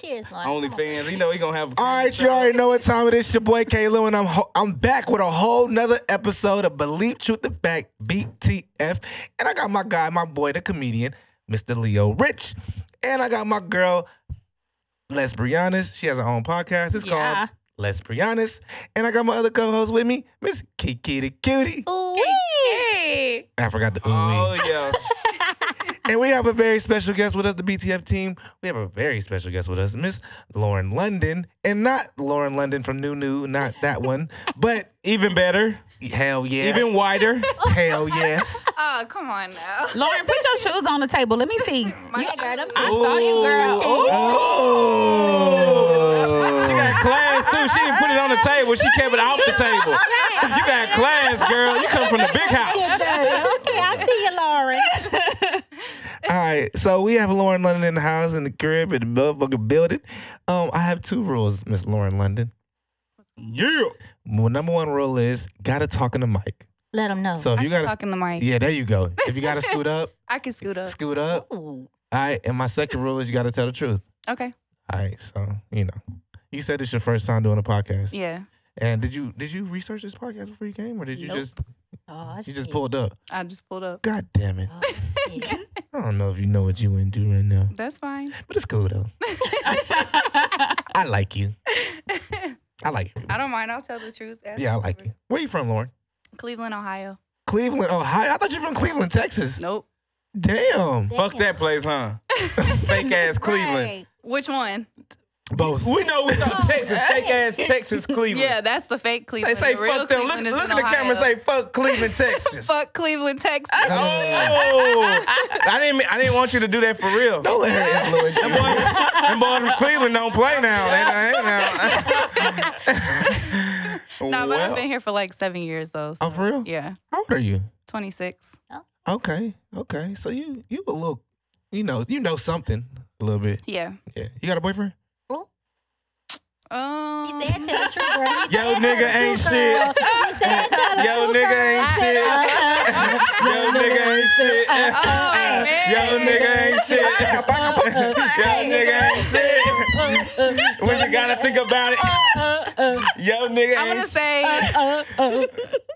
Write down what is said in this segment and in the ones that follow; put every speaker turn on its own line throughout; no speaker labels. Cheers, Lauren.
OnlyFans. You know he gonna have. a
All right, you already know what time it is. Your boy K. Lou, and I'm ho- I'm back with a whole nother episode of Believe Truth and Fact BTF, and I got my guy, my boy, the comedian, Mr. Leo Rich, and I got my girl, Les Brianas. She has her own podcast. It's
Yeah.
called Les Brianas, and I got my other co-host with me, Miss Kiki the Cutie.
Ooh,
Hey.
I forgot the ooh.
Oh yeah.
And we have a very special guest with us, the BTF team. We have a very special guest with us, Miss Lauren London. And not Lauren London from New New, not that one. But
Even better.
hell yeah.
Even wider.
hell yeah.
Oh, come on now.
Lauren, put your shoes on the table. Let me see. yeah, girl, them I saw you, girl. Ooh.
Oh.
She got class too. She didn't put it on the table. She kept it off the table. You got class, girl. You come from the big house.
Okay, I see you, Lauren.
All right. So we have Lauren London in the house, in the crib, in the motherfucking building. Um, I have two rules, Miss Lauren London.
Yeah.
Well, number one rule is gotta talk in the mic.
Let them know.
So
Oh,
if you gotta
Talking the mic.
Yeah, there you go. If you gotta scoot up,
I can scoot up.
scoot up.
Ooh.
All right, and my second rule is you got to tell the truth.
Okay.
All right, so you know, you said it's your first time doing a podcast,
Yeah,
and did you did you research this podcast before you came, or did you
Nope.
just
Oh,
you
shit.
just pulled up?
I just pulled up.
God damn it!
Uh.
Oh, shit.
I don't know if you know what you into right now,
That's fine.
but it's cool though. I like you. I like you.
I don't mind. I'll tell the truth. That's
Yeah, I like
whatever.
you. Where you from, Lauren?
Cleveland, Ohio.
Cleveland, Ohio. I thought you were from Cleveland, Texas.
Nope.
Damn.
Fuck that place, huh? Fake ass Cleveland.
Right.
Which one?
Both.
We know we thought Texas. Fake ass Texas Cleveland.
Yeah, that's the fake
They
Cleveland.
say
the real
fuck them. Look,
Cleveland is
look
in
at the camera. and Say
Ohio.
fuck Cleveland, Texas.
fuck Cleveland, Texas.
Oh, I didn't. mean- I didn't want you to do that for real.
Don't let her influence
Them
you.
boys, them boys from Cleveland don't play now. They don't now.
no, but I've
Well,
been here for like seven years though.
Oh,
so-
for real?
Yeah,
How old are you?
26.
Okay, okay. So you you a little, you know, you know something a little bit.
Yeah.
Yeah. You got a boyfriend?
Um,
He said tell the truth, girl. He
Yo,
said,
nigga
tell the
ain't
truth,
shit.
girl. He said, tell the
Yo,
truth,
nigga
girl.
ain't shit. Yo, nigga ain't shit.
Oh, man.
Yo, nigga ain't shit. Yo, nigga ain't shit. When you gotta think about it. Yo, nigga
I'm gonna
ain't shit.
say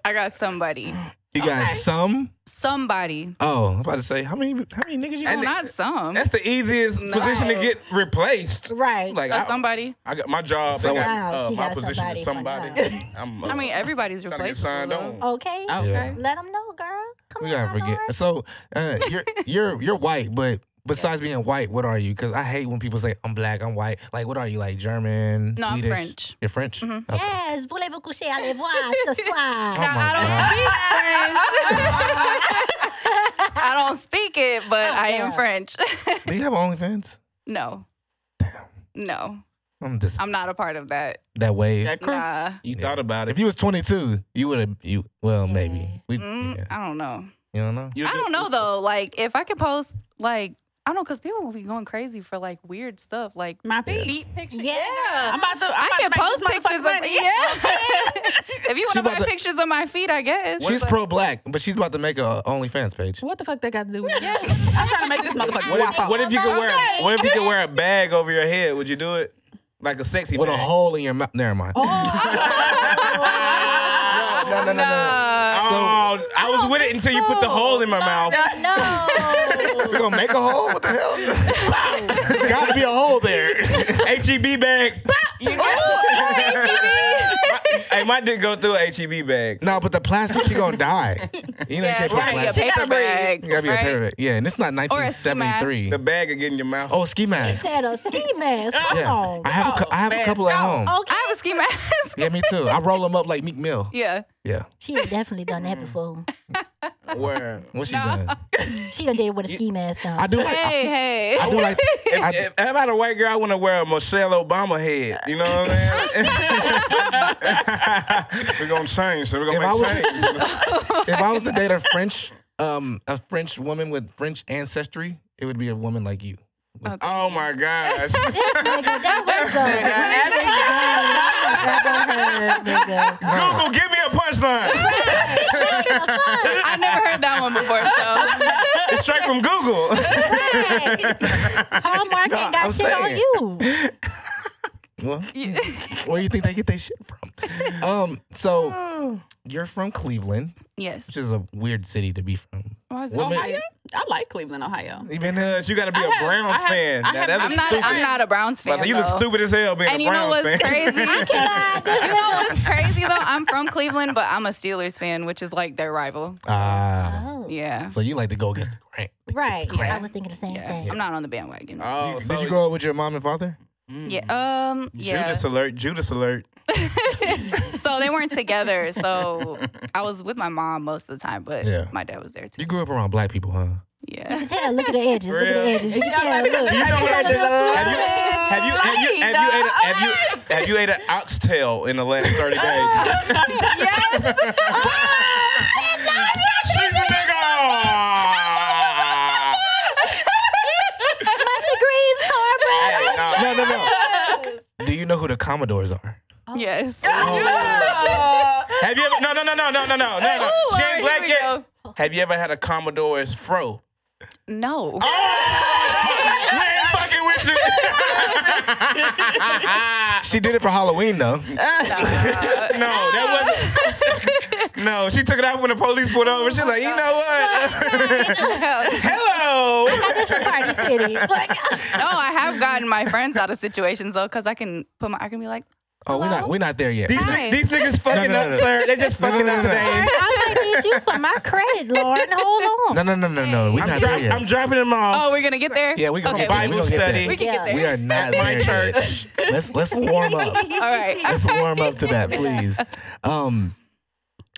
I got somebody.
You got some?
Somebody.
Oh, I'm about to say how many how many niggas you
Oh,
got?
not some.
That's the easiest position to
No.
get replaced.
Right.
Like,
But
I,
somebody.
I got my job. they
So-
got,
Wow,
uh,
she
my
got
position is
somebody
somebody.
for
I'm,
I
uh,
mean, Oh, everybody's
trying to get
replaced.
signed on.
okay.
Yeah.
Let them know, girl. Come
We
on,
gotta
now,
forget.
Lauren.
So uh, you're you're you're white, but besides being white, what are you? Because I hate when people say I'm black, I'm white. Like, what are you? Like German,
No, I'm
Swedish?
French. Mm-hmm.
You're French. Oh. Okay.
Yes, voulez-vous coucher? Allez voir ce
Oh
soir.
my
I don't
God.
speak
Oh
French. I don't speak it, but I am
yeah.
French.
Do you have OnlyFans?
no. No.
I'm just
I'm not a part of that.
that wave.
That crew.
Nah.
You thought about
If
it.
you was 22, you would have you well maybe. We,
Mm,
yeah.
I don't know.
You don't know.
You
I
do-
don't know though. Like if I could post like I don't know, cause people will be going crazy for like weird stuff, like
My feet.
feet pictures.
Yeah.
I'm about to. I'm
I
about
can
to make
post
this
pictures of
motherfucker money.
yeah. if you
She
want to
about
buy
to-
pictures of my feet, I guess.
She's pro black, but she's about to make a OnlyFans page.
What the fuck that got to do with it? I'm trying to make this motherfucker
What
wop
if,
out.
what if you could wear? a- What if you could wear a bag over your head? Would you do it? Like a sexy
With a
bag.
hole in your mouth. Never mind.
Oh. no,
no, no, no, no.
Oh, I was with it until you put the hole in my mouth.
No.
We're gonna make a hole? What the hell? Gotta be a hole there.
HEB E bag. My- hey, my dick go through a HEB bag.
no, but the plastic, she gonna die. You know,
Yeah,
you can't
it's
keep
gotta be a
plastic.
paper bag.
You gotta be a
right?
paper bag. Yeah, and it's not
Or a ski mask.
1973.
The bag will get in your mouth.
oh, ski mask.
Said a ski mask. Come
Yeah,
on.
I have a, cou- I have a couple at home.
Okay.
I have a ski mask.
Yeah, me too. I roll them up like Meek Mill.
yeah.
Yeah.
She done definitely done that before.
Oh.
Where?
What's she done?
She done did it with a ski mask on.
I do like. I,
Hey, hey.
I do like.
If,
I-
if, if I had a white girl, I want to wear a Michelle Obama head. You know what I'm saying? we're gonna change. So we're
If I
gonna
was-
make change.
if I was to date a French, um, a French woman with French ancestry, it would be a woman like you.
Oh my gosh.
This nigga, that was the nigga.
Google, give me a punchline.
I never heard that one before, so
It's straight from Google.
Homework ain't
I'm
got shit on
saying.
you.
Well, where you think they get their shit from? Um, so you're from Cleveland,
yes.
which is a weird city to be from.
Why is it-
Women-
Ohio? I like Cleveland, Ohio.
You been there?
Because you got to be
I
a
have-
Browns
I have-
fan.
I
Now,
have-
that
I'm
looks
not-
stupid.
I'm not a Browns fan.
But you look
though.
stupid as hell being
And
a
you know
Browns
what's
fan.
crazy? you know what's crazy though? I'm from Cleveland, but I'm a Steelers fan, which is like their rival. Uh-huh.
Ah,
Oh,
Yeah.
so you like to go against the grain.
right.
Yeah.
I was thinking the same
Yeah.
thing.
I'm not on the bandwagon.
oh,
You- Did you grow up with your mom and father?
yeah. Um. Yeah.
Judas alert! Judas alert!
so they weren't together. So I was with my mom most of the time, but
Yeah.
my dad was there too.
You grew up around black people, huh?
Yeah.
You can tell. Look at the edges. Look at the
Real.
edges. You can tell. Look.
You know what? Have you have you have you ate a, have you have you ate an oxtail in the last thirty days? She's a nigga.
Plus degrees, cornbread.
Hey, no.
No, no, no. Do you know who the Commodores are?
Yes.
Oh.
Have you ever? No, no, no, no, no, no, no, no. no.
Oh,
She
Lord,
ain't black
here we
yet. Have you ever had a Commodore's fro?
No.
we ain't fucking with you.
She did it for Halloween though.
Uh,
no, that wasn't. No, she took it out when the police pulled over. She's like, you know what?
Oh.
no,
Hello.
Now this from Party City. Like,
I have gotten my friends out of situations though, because I can put my I can be like,
Oh, we're not we're not there yet.
These, ni-
Hi.
these niggas fucking
no, no,
up,
no.
sir. They just
No, no,
fucking
no,
up
no.
today.
I might need you for my credit, Lord. Hold on.
No, no, no, no, no. We're
I'm,
not
dro-
there yet.
I'm dropping them off.
Oh, we're gonna get there?
yeah, we gonna
Okay,
get there.
Bible
we gonna get
study.
We
There.
can
Yeah.
get
We
there.
are not there
my
yet.
church.
Let's let's warm up.
All right.
Let's warm up to that, please. Um,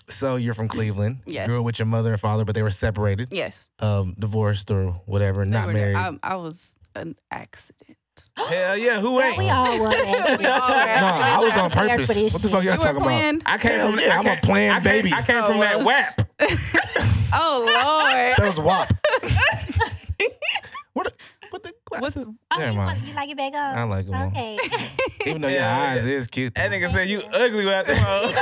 so you're from Cleveland. You
Yes.
Grew up with your mother and father, but they were separated,
Yes.
um, divorced or whatever,
they
not
were
married.
there. Um, I, I was an accident.
Hell yeah, who ain't?
We all was.
We all were.
no, I was on
I'm here
purpose.
for this
What the
shit.
fuck y'all
You were
talking about?
playing.
I came
Hell
from
yeah,
I
I'm a
came-
planned
I came-
baby.
I came from that WAP.
Oh Lord.
That was WAP. what? The, what the glasses?
Oh,
Never
you, want,
mind.
you like it back up?
I like them. all.
Okay.
Even though your
Yeah,
eyes is cute.
That nigga said you ugly without the phone.
Oh, you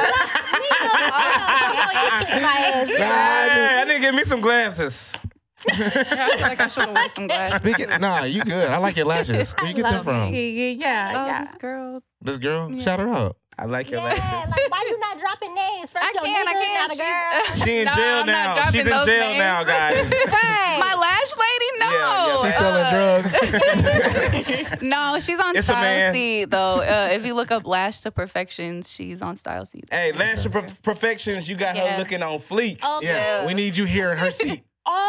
kiss my ass.
Nah, I
I need to get me some glasses.
Yeah, I feel like I should have worn some glasses.
didn't- Speaking, nah, you good. I like your lashes. Where you get them
Yeah,
from?
yeah,
Oh,
yeah, yeah.
this girl.
This girl, shout her out.
I like your
Yeah,
lashes.
like why you not dropping names? First
I
your
can't, I
nigga,
can't.
Not a girl.
She's-
She in
Nah,
jail
I'm not
now.
dropping
She's in jail
those names.
now, guys.
Right.
My lash lady?
Yeah, yeah,
No.
She's
She's
selling
Uh,
drugs.
No, she's on
It's a man.
Style C though. Uh, if you look up Lash to Perfection, she's on Style C.
Hey, Lash of Perf- Perfections, you got her
Yeah.
looking on fleek.
yeah, we need you here in her seat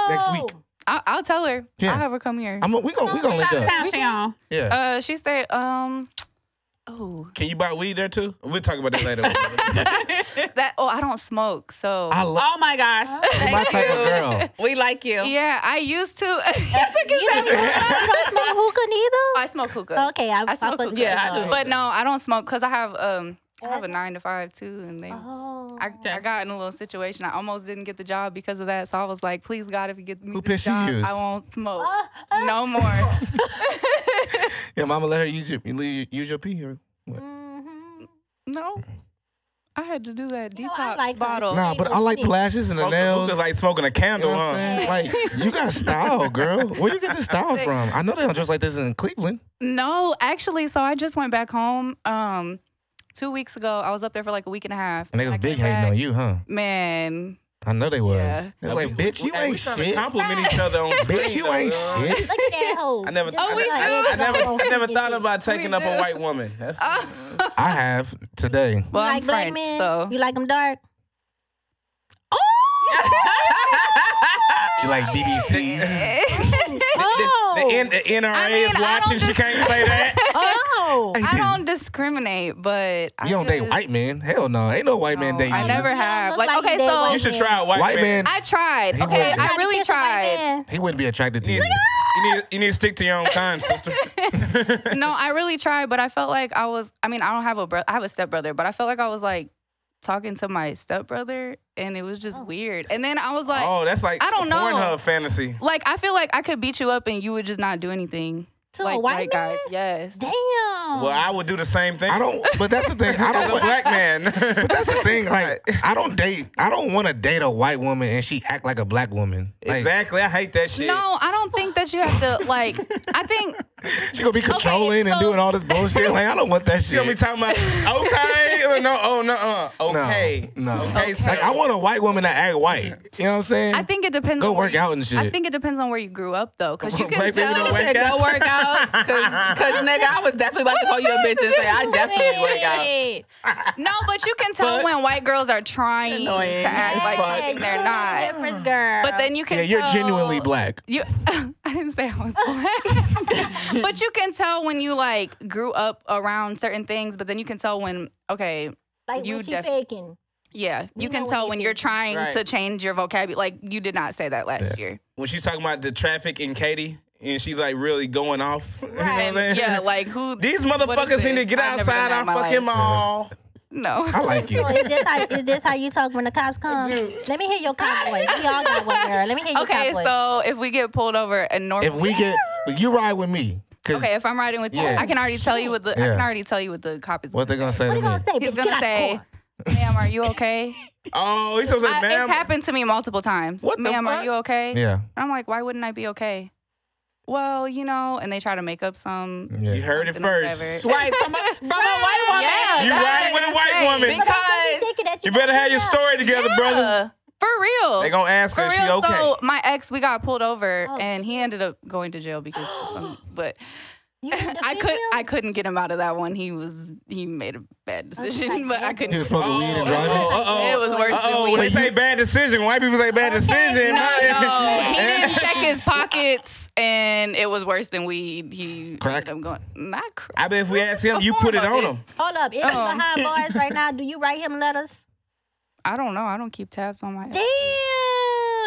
next week.
I- I'll tell her.
Yeah.
I'll have her come here.
I'm we gon' we gonna let you.
Town she on.
Yeah.
uh, she stayed. Um, oh,
Can you buy weed there too? We'll talk about that later.
that. Oh, I don't smoke, so.
I love
Oh my gosh.
my
Thank
type
you.
of girl.
We like you.
yeah, I used to. It's like
You don't, you don't smoke hookah neither?
Oh, I smoke hookah.
Okay, I,
I smoke
fuck with
hookah.
you.
Yeah, I do.
But no, I don't smoke because I have um, I have a
Asthma?
nine to five too, and they.
Oh.
I, I got in a little situation. I almost didn't get the job because of that. So I was like, please God, if you get me
Who
this
pissed you
job,
used?
I won't smoke
Uh, uh,
no more.
Yeah, mama let her use your leave- use your pee. Or what?
mhm.
No. I had to do that
You know, I
detox
like those.
bottle.
Nah, but I like the lashes and the
Smoking-
nails.
looking like smoking a
You know
candle,
what I'm
huh?
saying? Like you got style, girl. Where you get this style from? I know they don't dress like this in Cleveland.
No, actually, so I just went back home um two weeks ago. I was up there for like a week and a half.
And they
I
was
came
big hating
back.
on you, huh?
Man.
I know they was.
Yeah.
They was like, bitch, you
Hey, we
ain't
trying to
shit.
Compliment each other on
Bitch,
screen,
you
though,
ain't
huh?
shit.
Look at that hoe.
I never,
Just like
I,
Oh, we
her
do.
ass
I
is
never,
all
I never
freaking
thought
shit.
about taking
We
up a
do.
white woman. That's Oh,
I have today.
You
Well,
like
I'm
black
French,
men?
so
You like them dark?
You like BBCs.
Oh.
the, N, the NRA
I mean,
is
I
watching.
don't
She can't say that.
oh.
Hey,
I
this-
don't discriminate, but I
You don't date
just-
white men? Hell no, ain't no white man
No,
dating
I
you.
never
You don't
have.
look
Like,
like you
okay,
date
so
white
You should try a white,
White man.
I tried.
He
okay,
wouldn't.
I really
Kiss a white
tried.
man.
He wouldn't be attracted to
You
you.
need, you need, you need to stick to your own kind, sister.
no, I really tried, but I felt like I was. I mean, I don't have a brother. I have a stepbrother, but I felt like I was like talking to my stepbrother, and it was just
Oh.
weird. And then I was like,
oh, that's like
I don't
a
know.
Pornhub fantasy.
like I feel like I could beat you up, and you would just not do anything.
To a white
like white
man?
guys, yes.
Damn.
Well, I would do the same thing.
I don't. But that's the thing. I
As
don't.
a
want-
black man.
That's the thing. Like, I don't date. I don't want to date a white woman and she act like a black woman. Like,
exactly. I hate that shit.
No, I don't think that you have to like. I think
She gonna be controlling and
so-
doing all this bullshit. Like I don't want that
She gonna be
shit.
talking about okay, or no, oh no, uh,
No,
okay,
no.
okay, sir.
Like I want a white woman to act white. You know what I'm saying?
I think it depends.
Go
on where
work
you-
out and shit.
I think it depends on where you grew up though, because you can
Black people
tell.
don't
I
Work
said
out?
go work out, cause, 'cause, nigga, I was definitely about to call you a bitch and say I definitely work out.
Shit.
No, but you can tell
But-
when white girls are trying to
Annoying.
act like
Fuck.
they think they're
You're a
not.
Difference, girl.
But then you can.
yeah, you're
tell-
genuinely black.
You, I didn't say I was black, but you can tell when you like grew up around certain things. But then you can tell when okay,
like
you
when she
def-
faking.
yeah,
We
you can
know
tell
what
when
they
you're
think.
trying
Right.
to change your vocabulary. Like you did not say that last year.
when she's talking about the traffic in Katie, and she's like really going off. You know what I'm saying?
And yeah, like who?
These
what is
motherfuckers need to
this?
get
I've never done
outside
that
our
in my
fucking
life.
mall.
No.
I like
So
you.
is this how is this how you talk when the cops come? Let me hear your cop voice. We all got one, girl. Let me hear your cop
Okay,
voice.
so if we get pulled over and normal,
If we get you ride with me, cause
okay, if I'm riding with you,
Yeah.
I can already tell you what the I
Yeah.
can already tell you what the cop is.
what they gonna say
what are you
to me?
gonna say,
He's
bitch?
gonna
Get out
say,
the car.
"Ma'am, are you okay?"
Oh, he's supposed to
I-
say,
it's
ma'am.
happened to me multiple times.
What the
Ma'am,
fuck?
are you okay?
Yeah,
I'm like, why wouldn't I be okay? Well, you know, and they try to make up some.
yeah.
You heard it
Something or
first.
whatever.
Right from a, from a white woman.
Yeah,
You
that's
ride
what
with a
I'm
white
saying.
woman.
But don't
Because-
be thinking that
You better have your
making up.
story together, brother.
Uh, for real.
They gonna ask her,
for
is
real.
she okay?
So my ex, we got pulled over,
Oh,
and he ended up going to jail because of some. But
You need to
I
feed
could,
him?
I couldn't get him out of that one. He was, he made a bad decision,
like
but I
that.
couldn't.
He was smoking weed
Oh.
and driving.
Uh-oh, uh-oh.
It was worse
Uh-oh, when
than weed.
they
But
say
you-
bad decision, white people say bad decision.
No, no, he
And-
didn't check his pockets, and it was worse than weed. He
Crack?
I'm going not crack.
I bet if we ask him, you put it on him.
Hold up, is he
Uh-uh.
behind bars right now? Do you write him letters?
I don't know. I don't keep tabs on my.
Damn,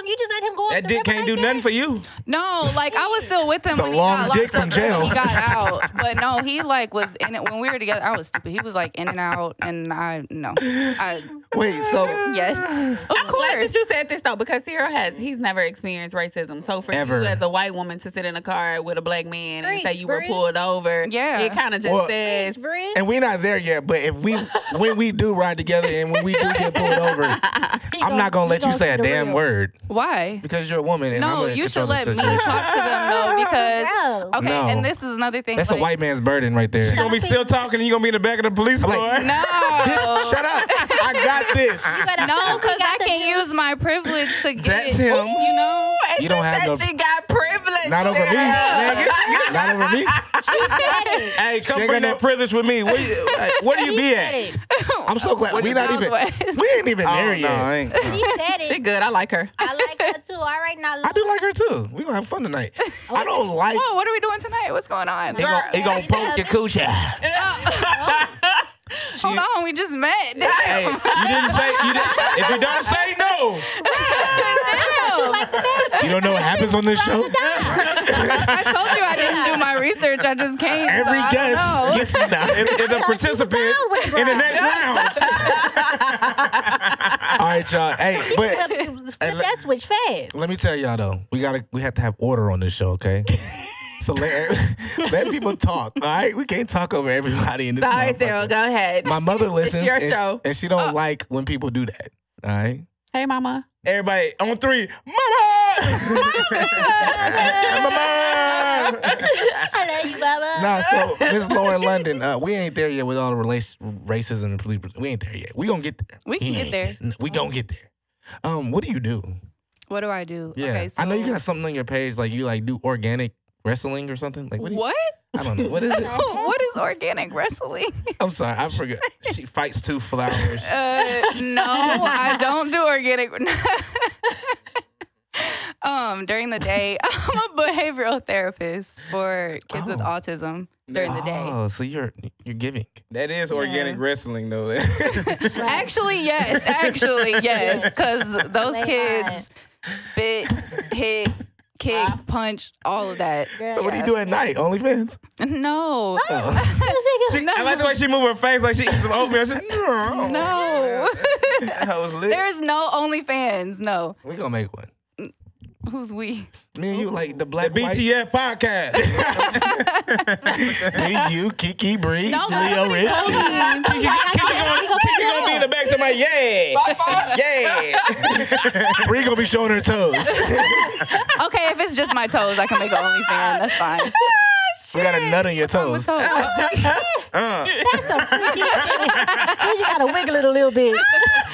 you just let him go. off
That
the
dick
rip
can't
like
do
that?
nothing for you.
No, like I was still with him
It's a
when
long
he got
dick
locked
from
up. and
jail.
He got out, but no, he like was in it when we were together. I was stupid. He was like in and out, and I no, I
Wait, so
yes, of
I'm glad that you said this though, because Cyril has he's never experienced racism. So for
Ever.
you as a white woman to sit in a car with a black man and say
Preach,
you were
preach.
pulled over,
Yeah.
it kind of just
Well-
says
Bree,
and we're not there yet. But if we when we do ride together and when we do get pulled over, I'm not gonna let you say a damn word
Why?
because you're a woman. And I'm
No,
gonna
you
control the
should let me
situation.
talk to them though, because
Bro.
okay,
No.
and this is another thing.
That's
like,
a white man's burden right there.
She gonna be still talking, and you gonna be in the back of the police
I'm like,
car.
No,
Shut up! I got this.
gotta tell
no,
him he
because I
got the
can
juice.
use my privilege to get.
That's him.
You know,
You don't have no.
she got privilege.
Not over me.
Nigga.
Not over me.
She said it.
Hey, come
She ain't
bring
got
that
no-
privilege with me. Where you, like, where do you
She
be
said
at?
it.
I'm so glad we
is
not even.
Southwest?
We ain't even there yet. I,
ain't.
She said
She
it.
good. I like her.
I like her too. All right, now look.
do like her too. We gonna have fun tonight. I don't like.
Whoa, what are we doing tonight? What's going on?
He gonna, he gonna
Girl.
poke your coochie.
Hold on, we just met.
Hey, you didn't say. You didn't, if you don't say no,
You don't know what happens on this show.
I told you I didn't do my research. I just came. so
Every
I don't know.
guest gets
if,
that.
if the participant in the next round,
All right, y'all. Hey, but
Flip
uh,
that switch fast.
let me tell y'all though, we gotta we have to have order on this show, okay? So let let people talk. All right, we can't talk over everybody in this.
Sorry,
motherfucker.
Cyril. Go ahead.
My mother listens,
your
and,
show.
She, and she don't like when people do that. All right.
Hey, mama.
everybody on three, mama, mama.
I love you, Baba.
Nah, so Miss Lauren London, uh, we ain't there yet with all the race, racism and police. We ain't there yet. We gonna get there.
We can get
ain't
there.
We gonna get there. Um, what do you do?
What do I do?
Yeah, I know you got something on your page like you like do organic wrestling or something. Like what? Do you,
What?
I don't know. What is it?
what is organic wrestling?
I'm sorry, I forgot.
She fights two flowers.
Uh, no, I don't do organic. um, during the day, I'm a behavioral therapist for kids with
Oh.
autism during the day.
Oh, so you're you're giving.
That is organic wrestling, though.
Actually, yes. Actually, yes. Because those
They
kids spit, hit, kick, punch, all of that.
Girl,
So what do you do at night? OnlyFans?
No.
Oh.
she, I like the way she move her face like she eats some oatmeal. She's
No.
that hoe was lit.
there is no OnlyFans. No.
We gonna make one.
Who's we?
Me and you like the black white-
BTF podcast.
Me, you, Kiki, Bree,
No, but
Leo,
somebody
Rich.
told me.
Kiki gonna, Kiki gonna be in the back to my yeah, yeah.
Bree gonna be showing her toes.
Okay, if it's just my toes, I can make an OnlyFans. That's fine.
You got a nut on your toes.
So,
uh,
That's so freaky. then you gotta wiggle it a little bit.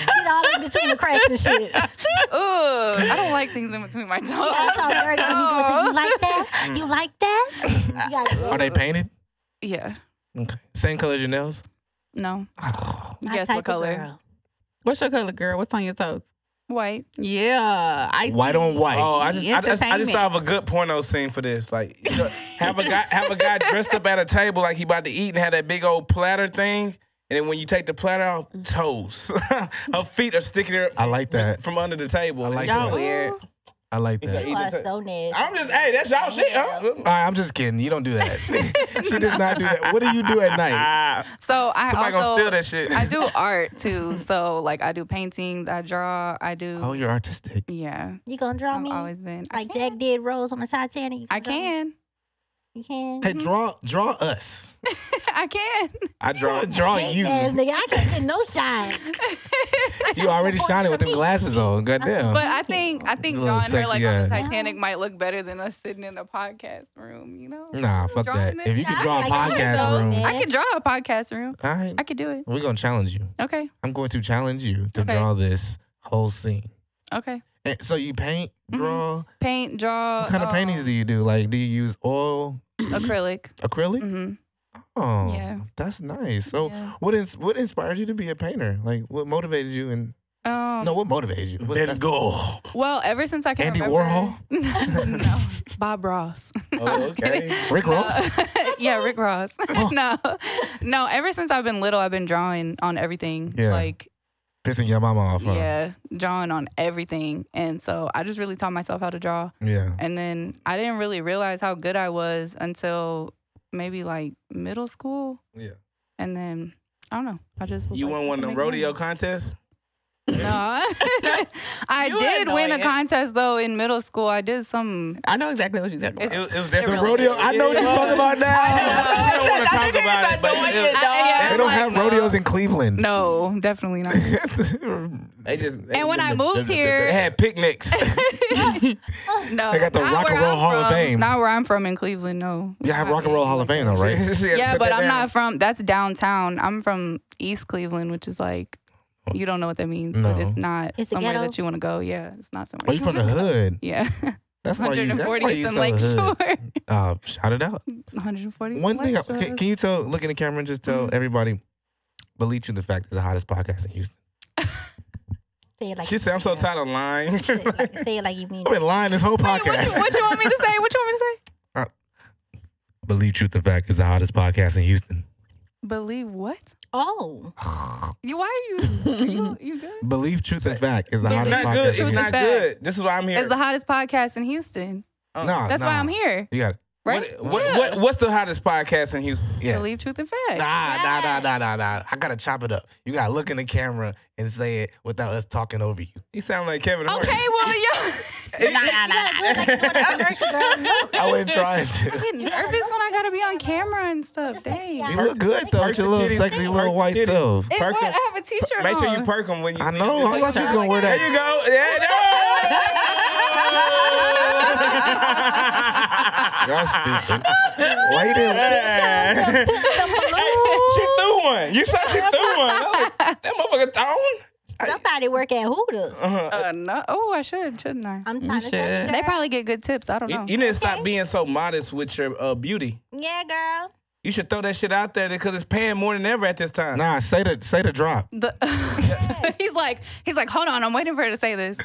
Get all in between the cracks and shit.
ooh, I don't like things in between my
That's
toes.
all dirty when he do it to you. You like that? You like that? You gotta
Are they painted?
Yeah.
Okay. Same color as your nails?
No.
My
Guess
type
what
of
color?
girl.
What's your color, girl? What's on your toes?
White.
Yeah, I
White on white.
Oh, I just, I, just, I just
Entertainment.
thought of a good porno scene for this. Like, you know, have a guy, have a guy dressed up at a table like he about to eat and had that big old platter thing. And then when you take the platter off,
Mm-hmm.
toes, her feet are sticking her
I like that.
from under the table. I
like
Y'all
that.
weird.
I like
He's like,
that.
eat
You are
the
so nasty.
I'm just, hey, that's y'all shit, huh?
All right, I'm just kidding. You don't do that. she does not do that. What do you do at night?
Ah,
So I
somebody
also
gonna steal that shit.
I do art too. So like I do paintings, I draw, I do
Oh, you're artistic.
yeah.
You gonna draw
I've
me?
always been I
like
can.
Jack did Rose on the Titanic. You
I
draw me?
can.
You can.
Mm-hmm.
Hey, draw, draw us.
I can.
I draw.
Draw you.
Ass nigga, I can't get no shine.
You already shining with them glasses on. Goddamn.
But I think I think
Little
drawing her like
sexy
on the
eyes.
Titanic might look better than us sitting in a podcast room, you know?
Nah, fuck
Drawing
that.
it?
If you could
Nah,
draw a
I like it
podcast
though,
room,
man.
all
I could draw a podcast room.
right,
I could do it.
we're gonna challenge you.
Okay.
I'm going to challenge you to
Okay.
draw this whole scene.
Okay.
And so you paint,
Mhm.
draw.
Paint, draw. uh,
What kind of paintings do you do? Like, do you use oil,
Acrylic.
acrylic?
hmm
Oh,
Yeah.
that's nice. So,
Yeah.
what ins- what inspired you to be a painter? Like, what motivated you? And
Um,
no, what motivated you? What,
Let
that's-
it go.
Well, ever since I can
Andy
remember,
Warhol?
no, Bob Ross.
Oh,
kidding.
okay.
Rick Ross. Oh.
yeah, Rick Ross. no, no. Ever since I've been little, I've been drawing on everything.
Yeah.
Like,
pissing your mama off. huh?
yeah, drawing on everything. And so I just really taught myself how to draw.
yeah.
And then I didn't really realize how good I was until maybe like middle school.
Yeah.
And then I don't know. I just was
You
like,
won
I
one of
can
the
make money.
rodeo contests?
No, I
You
did win a
annoying.
contest though in middle school. I did some.
I know exactly what you're talking
It,
about.
was- it was
The
definitely
rodeo. I know what you're talking about now.
She don't want to talk about it, but it,
I- yeah,
They
I'm
don't
like,
have
no.
rodeos in Cleveland.
No, definitely not.
they just. They,
And when I moved
they
here,
had picnics.
no,
They got the
not
Rock and
where
Roll
I'm
Hall of
from.
Fame.
Not where I'm from in Cleveland. No.
Y'all have Rock and Roll Hall of Fame though, right?
Yeah, but I'm not from. That's downtown. I'm from East Cleveland, which is like,
Oh.
you don't know what that means, but it's not
It's a
somewhere
ghetto?
that you want to go. Yeah, it's not somewhere.
Oh, you from the hood?
Yeah,
That's why you. That's why you
140th and
so
Lake
hood.
Shore.
Uh, shout it out.
140th.
One thing, I,
Lakeshore.
can, can you tell? Look in the camera and just tell
Mm.
everybody. Believe you, the fact is the hottest podcast in Houston.
Say it like
She said, I'm so tired of lying.
Say it like, say it like you mean
I've
it.
been lying this whole
Wait, what, you,
podcast.
what you want me to say? What you want me to say?
Believe Truth and Fact is the hottest podcast in Houston.
Believe what?
Oh,
You why are you? are you, you good?
Believe Truth and Fact is the
It's
hottest
not
podcast
good.
in
It's
Houston.
not good. This is why I'm here.
It's the hottest podcast in Houston.
Uh,
Nah,
That's why
nah.
I'm here,
You got it.
right?
What, what, what, what's the hottest podcast in Houston?
Yeah.
Believe truth and fact.
Nah, nah, nah, nah, nah, nah. I gotta chop it up. You gotta look in the camera and say it without us talking over you.
He sound like Kevin Hart.
Okay, well, yo,
nah, nah, nah. You gotta do it like you doing a commercial, girl. No,
I wasn't trying
I
to.
get nervous when I gotta be on camera and stuff.
Just text
Dang.
y'all.
You look good though, with your little
Perk the titties.
sexy little
Perk the
white
titties.
self.
It
Perk
what?
it.
I have a t-shirt
Make sure you
on.
perk him when you.
I know. I thought you was gonna wear
There you
that.
go. Yeah, no.
Y'all stupid. Why you didn't?
Hey, she threw one. You saw she threw one. I was like, that motherfucker thrown.
Somebody work at Hooters.
Uh, no. Oh, I should, shouldn't I?
I'm trying to
should.
say,
They probably get good tips. I don't know.
You, you need to stop being so modest with your uh, beauty.
yeah, girl.
You should throw that shit out there because it's paying more than ever at this time.
Nah, say the say the drop.
The- he's like, he's like, hold on, I'm waiting for her to say this.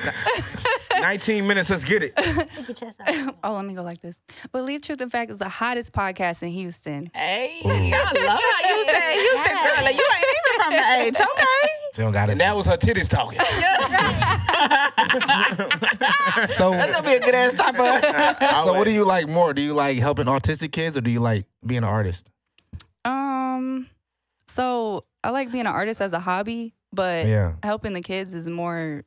19 minutes, let's get it.
Stick your chest out.
oh, let me go like this. Believe Truth and Fact is the hottest podcast in Houston.
Hey, I love how you said you said girl, like you ain't even from the age, okay?
She don't got it.
And that was her titties talking.
So
That's gonna be a good ass chopper.
So what do you like more? Do you like helping autistic kids or do you like being an artist?
Um, so I like being an artist as a hobby, but
Yeah.
helping the kids is more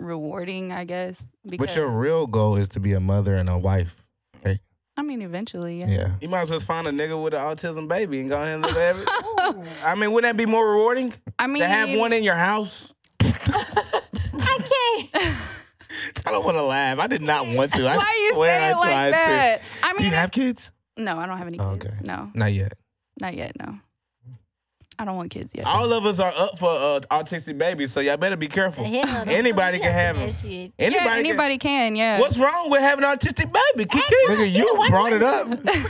rewarding, I guess.
But
Because
your real goal is to be a mother and a wife.
I mean, eventually, yeah.
Yeah.
You might as well find a nigga with an autism baby and go ahead and look at it. I mean, wouldn't that be more rewarding
I mean,
to have one in your house?
I can't.
I don't want to laugh. I did not want to. I
Why you
swear
say
I
it
tried
like that? I
to. Do
mean,
you have kids?
no, I don't have any
Oh,
kids.
okay.
No,
Not yet.
not yet. No, I don't want kids yet.
All of us are up for uh, autistic babies, so y'all better be careful.
Hell, don't
Anybody
do
can have
that
them.
shit.
Anybody.
yeah,
can-
anybody can. Yeah.
What's wrong with having an autistic baby? Kiki?
Nigga, you
why
brought
you-
it up.
You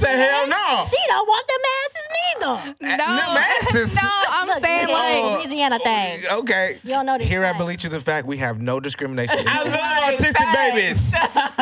say hell no.
She don't want them asses neither.
no,
them asses.
no, I'm
Look,
saying
nigga,
like.
that's a Louisiana thing.
Oh, Okay.
You don't know this.
Here
I
at Believe You the Fact, we have no discrimination.
I
we
love autistic babies.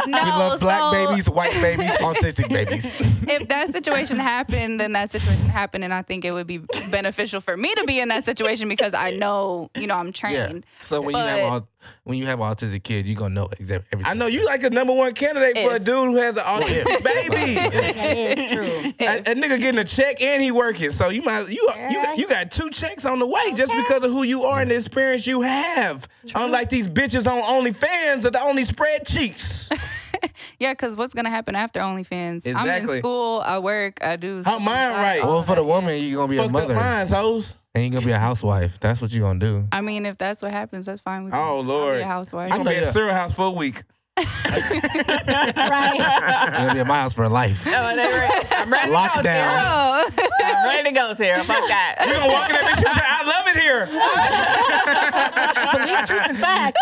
No,
love black
so
babies, white babies, autistic babies.
If that situation happened, then that situation happened, and I think it would be beneficial for me to be in that situation because I know, you know, I'm
Yeah.
trained.
So when you
But-
have aut- when you have an autistic kid, you gonna know exactly everything.
I know you like a number one candidate for a
If.
dude who has an autistic baby.
That is true.
A, a nigga getting a check and he working, so you might you you
Girl.
you got two checks on the way just because of who you are and the experience you have. Unlike these bitches on OnlyFans that only spread cheeks.
Yeah, because what's gonna happen after OnlyFans? I'm
Exactly.
in school. I work. I do.
Her mind right.
Well, for the woman, you're gonna be a
Fucked up
Oh, mother
minds, hoes.
and you're gonna be a housewife. That's what you're gonna do.
I mean, if that's what happens, that's fine. with me.
Oh,
I'll be
Lord.
a housewife.
I'm gonna be
know
at
ya.
Cyril house for a week.
Right.
You're gonna be at my house for life.
Oh, they right. I'm ready to go, Sarah.
Lockdown.
Oh.
I'm ready to go, Sarah. Fuck that.
You gonna walk in that bitch and say, "I love it here."
In fact,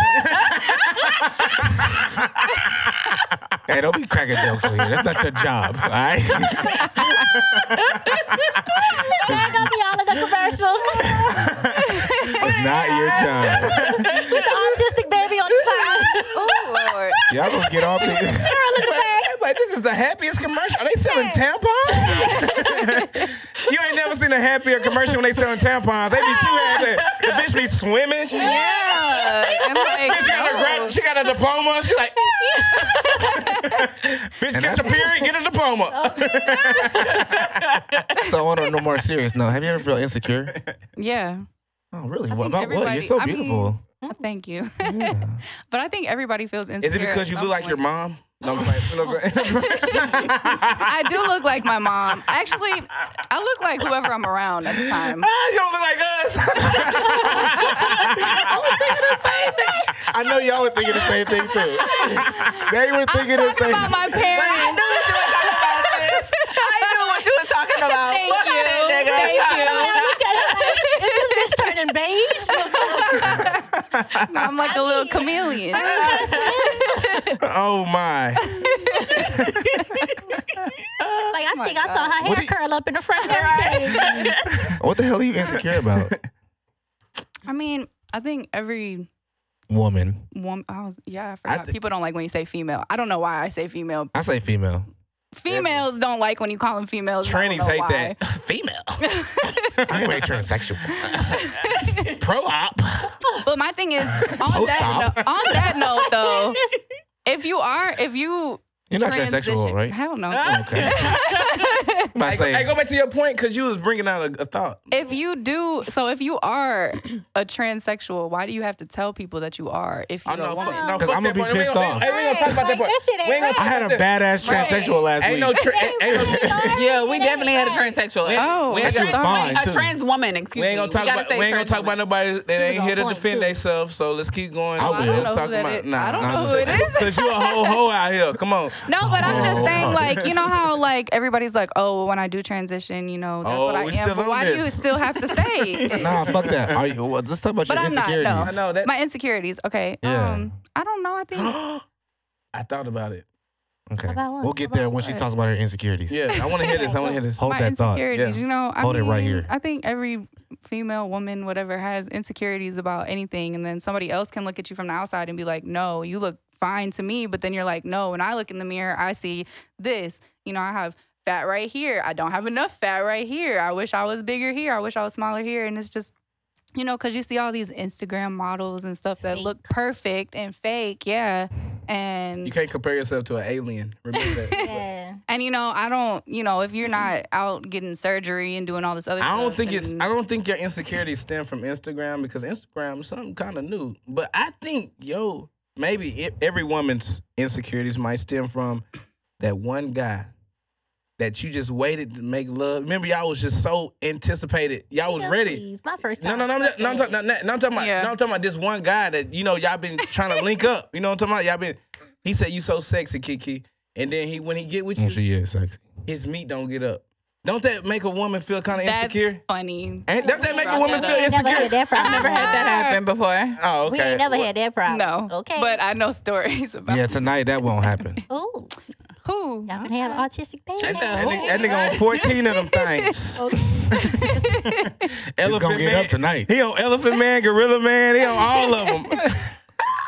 Hey, don't be cracking jokes on here. That's not your job, all right?
there gonna be all of the commercials
It's not your job.
with the autistic baby on the side.
oh, Lord.
Y'all gonna get off the
Like, like, this is the happiest commercial. Are they selling tampons? you ain't never seen a happier commercial when they selling tampons. They be too happy. The bitch be swimming. She,
Yeah. And like,
bitch got a grad, she got a diploma. She like, bitch
And
get
that's-
your period, get a diploma.
So on a no more serious note, have you ever felt insecure?
yeah.
Oh, really?
I
What
think
about what? You're
everybody-
so
I mean-
beautiful.
Thank you. but I think everybody feels insecure.
Is it because
at
you
some
look like your
point.
mom? No, I'm like,
I do look like my mom. Actually, I look like whoever I'm around at the time.
ah, you don't look like us.
I know y'all were thinking the same thing too. They were thinking the
Talking
same.
about my parents.
I knew what you was talking about.
Thank
Fuck
you.
that, nigga.
Thank
I look at it like, is this bitch turning beige?
you. I'm like a little chameleon.
oh my.
Like I think I saw her hair
What do you-
curl up in the front.
What the hell are you insecure about,
I mean, I think every
woman?
woman, I was, yeah, I forgot.
thi-
People don't like when you say female. I don't know why I say female.
I say female.
Females don't like when you call them females. and I don't
Trannies
know
hate
why.
that. Female.
I am a transsexual.
Pro op.
But my thing is, on that,
Post-op.
note, on that note, though, if you are, if you
You're not transsexual,
transition-
right? Oh,
Hell no.
Okay. I'm not
Hey,
saying.
go back to your point because you was bringing out a, a thought.
If you do, so if you are a transsexual, why do you have to tell people that you are? If you're
I know,
a woman,
fuck, no,
'Cause
fuck
I'ma
that
be
part. We ain't
pissed
gonna-
off.
Hey, we ain't gonna talk about that
Right,
part.
that shit ain't
We ain't gonna
right.
talk
I had a
about that.
badass transsexual last
Ain't
week.
no, tra- ain't, ain't no-
Yeah, we definitely had a transsexual.
Oh,
we
I
ain't,
she
gonna-
was fine
a
too.
trans woman, excuse
we ain't
me.
gonna talk
gotta
about
say
we ain't gonna
trans
talk about
woman.
nobody that
was
ain't
on
here to
point, too.
defend themselves. So let's keep going.
I will.
I don't know who that is. I don't
nah,
know
just-
who it is.
Cause you a whole hoe out here. Come on.
No, but I'm
Oh.
just saying, like, you know how, like, everybody's like, oh, well, when I do transition, you know, that's
Oh,
what I
we
am.
still
But
on
why do you
this.
still have to say? it?
Nah, fuck that. Are you, well, let's talk about
But
your
I'm not, no.
insecurities.
I know that.
My insecurities. Okay.
Yeah.
Um, I don't know. I think.
I thought about it.
Okay.
About what?
We'll get there when she
what?
talks about her insecurities.
Yeah, I want to hear this. I want to hear this.
Hold
my
that thought.
insecurities.
Yeah.
You know, I
Hold it
mean,
right here.
I think every female, woman, whatever, has insecurities about anything, and then somebody else can look at you from the outside and be like, "No, you look fine to me," but then you're like, "No." When I look in the mirror, I see this. You know, I have fat right here. I don't have enough fat right here. I wish I was bigger here. I wish I was smaller here. And it's just. You know, because you see all these Instagram models and stuff that look perfect and fake, yeah. And
You can't compare yourself to an alien. Remember that.
Yeah.
And you know, I don't, you know, if you're not out getting surgery and doing all this other
I don't
stuff
think it's.
uh, and-
I don't think your insecurities stem from Instagram because Instagram is something kind of new. But I think yo, maybe it, every woman's insecurities might stem from that one guy that you just waited to make love. Remember, y'all was just so anticipated. Y'all was ready.
Please, my first
No,
time.
no, no, I'm,
sucked
no, I'm,
ass.
talking, no, no, no, I'm talking about,
Yeah.
no, I'm talking about this one guy that you know y'all been trying to link up. You know what I'm talking about? Y'all been. He said you so sexy, Kiki, and then he when he get with you,
She is sexy.
his meat don't get up. Don't that make a woman feel kind of
That's
insecure?
funny.
Ain't, don't that make a
Brought
woman
that
feel
We ain't never had
insecure?
that problem.
Never had that happen before.
Oh, okay.
We ain't never had that problem.
No.
Okay.
But I know stories about
Yeah, tonight that won't happen.
Ooh,
who.
y'all can have autistic baby.
That nigga, that nigga on 14 of them things.
It's gonna get
Man.
up tonight.
He on Elephant Man, Gorilla Man. He on all of them.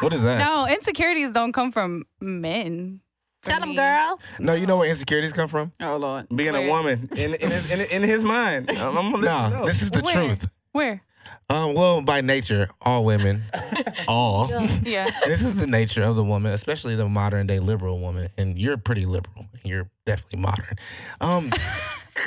What is that?
No, insecurities don't come from men. for
Tell them,
me.
girl.
No, you know where insecurities come from?
Oh Lord.
Being a woman in, in, his- in, in his mind. I'm, I'm gonna let you
Nah,
know.
this is the
Where?
truth.
Where?
Um, well, by nature, all women, all.
Yeah.
This is the nature of the woman, especially the modern day liberal woman. And you're pretty liberal. You're definitely modern. Um,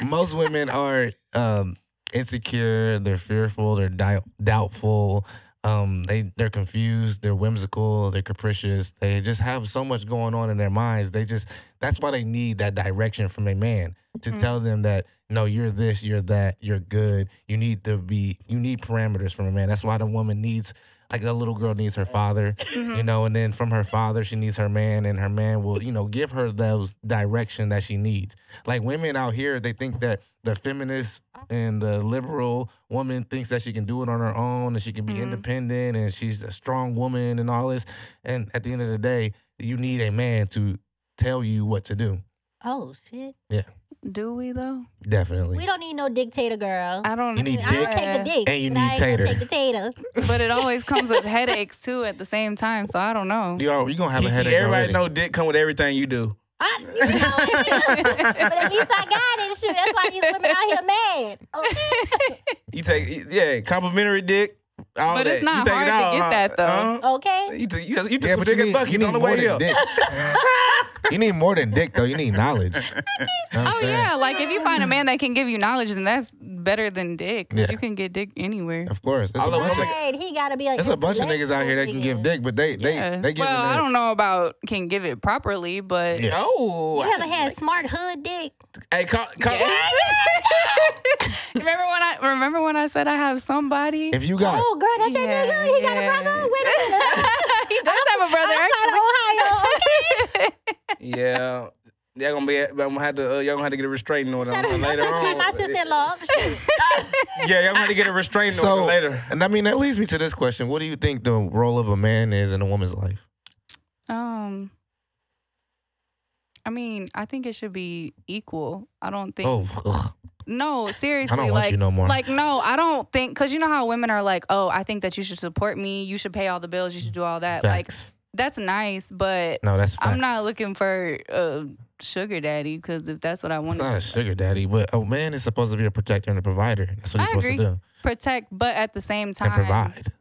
most women are um, insecure. They're fearful. They're dou- doubtful. Um, they they're confused. They're whimsical. They're capricious. They just have so much going on in their minds. They just that's why they need that direction from a man to tell them that no, you're this, you're that, you're good. You need to be. You need parameters from a man. That's why the woman needs. Like the little girl needs her father, you know, and then from her father she needs her man, and her man will, you know, give her those direction that she needs. Like women out here, they think that the feminist and the liberal woman thinks that she can do it on her own and she can be independent and she's a strong woman and all this. And at the end of the day, you need a man to tell you what to do.
Oh shit.
Do we though?
Definitely.
We don't need no dictator, girl.
I don't
You need
I don't take the dick,
And you
but I
need
ain't gonna
tater.
Take the tater.
But it always comes with headaches too at the same time, so I don't know.
you are, you're gonna have a headache.
Kiki, everybody
already.
know dick come with everything you do.
I, you know, but at least I got it. Shoot, that's why these women out here mad. Okay,
You take, yeah, complimentary dick. All
But
that.
it's not
you take
hard
it
to
all,
get
huh?
that, though.
Uh-huh.
okay.
You took, you, you took
Yeah,
some
but you
dick
need,
and
you
buckets
need
on the
more
way
than
up.
dick. you need more than dick though. You need knowledge. Know what I'm
Oh
saying?
yeah, like if you find a man that can give you knowledge, then that's better than dick. 'cause
Yeah.
You can get dick anywhere.
Of course. There's a,
All the
bunch of,
women-
Right. He gotta be like.
there's a bunch of niggas out here that can give dick, but they they
Yeah.
they give
well,
it
I don't know about can give it properly, but
Yeah.
Oh.
You ever had smart hood dick?
Hey, call, call,
remember when I remember when I said I have somebody?
if you got
Oh, girl, that's
Yeah,
that nigga. He got a
yeah.
brother. Wait a minute.
he does have a
Outside
brother.
of Ohio.
Yeah. Y'all gonna be. I'm gonna have to. Uh, y'all gonna have to get a restraining order
Shut
on her
up. Don't
later
talk about
on.
my sister-in-law. Shit.
Yeah, y'all gonna have to get a restraining
so
order later.
And I mean that leads me to this question: What do you think the role of a man is in a woman's life?
Um, I mean, I think it should be equal. I don't think.
Oh, ugh.
No, seriously.
want you
like,
no more.
Like, no, I don't think because you know how women are like, oh, I think that you should support me. You should pay all the bills. You should do all that. Like,
facts.
that's nice, but
no, that's facts.
I'm not looking for a sugar daddy because if that's what I
It's
want
not
to
a sugar daddy, but a man is supposed to be a protector and a provider. That's what
I
he's supposed
agree.
to do
protect, but at the same
and
time,
provide.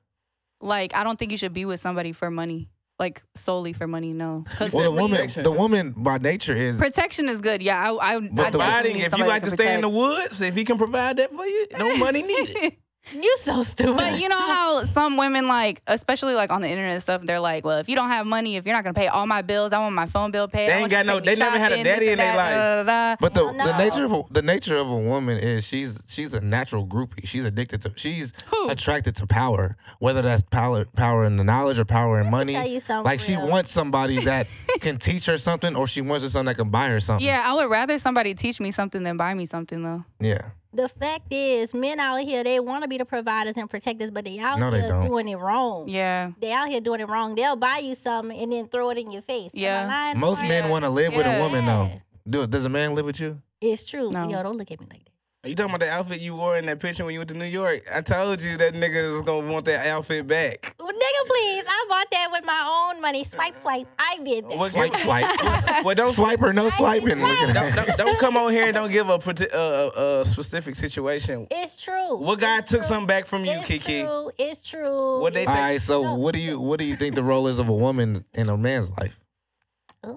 like, I don't think you should be with somebody for money, like solely for money. No, 'Cause
Well, the
That
woman,
protection.
the woman by nature is
protection is good. Yeah, I, I,
But
I
the-
definitely
Providing
need
if you
somebody
like to
that can
stay in the
protect.
woods, if he can provide that for you, no money needed.
You so stupid.
But you know how some women like, especially like on the internet and stuff, they're like, "Well, if you don't have money, if you're not gonna pay all my bills, I want my phone bill paid."
They
I
ain't
want you to
got no-
take me
they never had a
shopping, this
daddy in
and
their
that, da, da, da,
But the,
Hell no.
the nature of a, the nature of a woman is she's she's a natural groupie. She's addicted to she's
Who?
attracted to power, whether that's power power in the knowledge or power in money.
tell you something
like she
real.
wants somebody that can teach her something, or she wants something that can buy her something.
Yeah, I would rather somebody teach me something than buy me something, though.
yeah.
the fact is, men out here they want to be the providers and protectors, but they out
No, they
here
don't.
doing it wrong.
Yeah,
They out here doing it wrong. They'll buy you something and then throw it in your face. Am I
Yeah.
lying?
Most
Or-
men want to live with a
Yeah.
woman though. Do, does a man live with you?
It's true.
No.
Yo, don't look at me like that.
You talking about the outfit you wore in that picture when you went to New York? I told you that nigga was gonna want that outfit back.
Well, nigga, please. I bought that with my own money. Swipe, swipe. I did that.
What-
Swipe, swipe,
Well, don't
swipe or no swiping. Look at
Don't,
that.
don't, don't come on here and don't give a, parti- uh, uh, a specific situation.
It's true.
What guy
It's
took
true.
something back from you,
it's
Kiki?
True. It's true.
What they
All
think?
right. So what do you what do you think the role is of a woman in a man's life?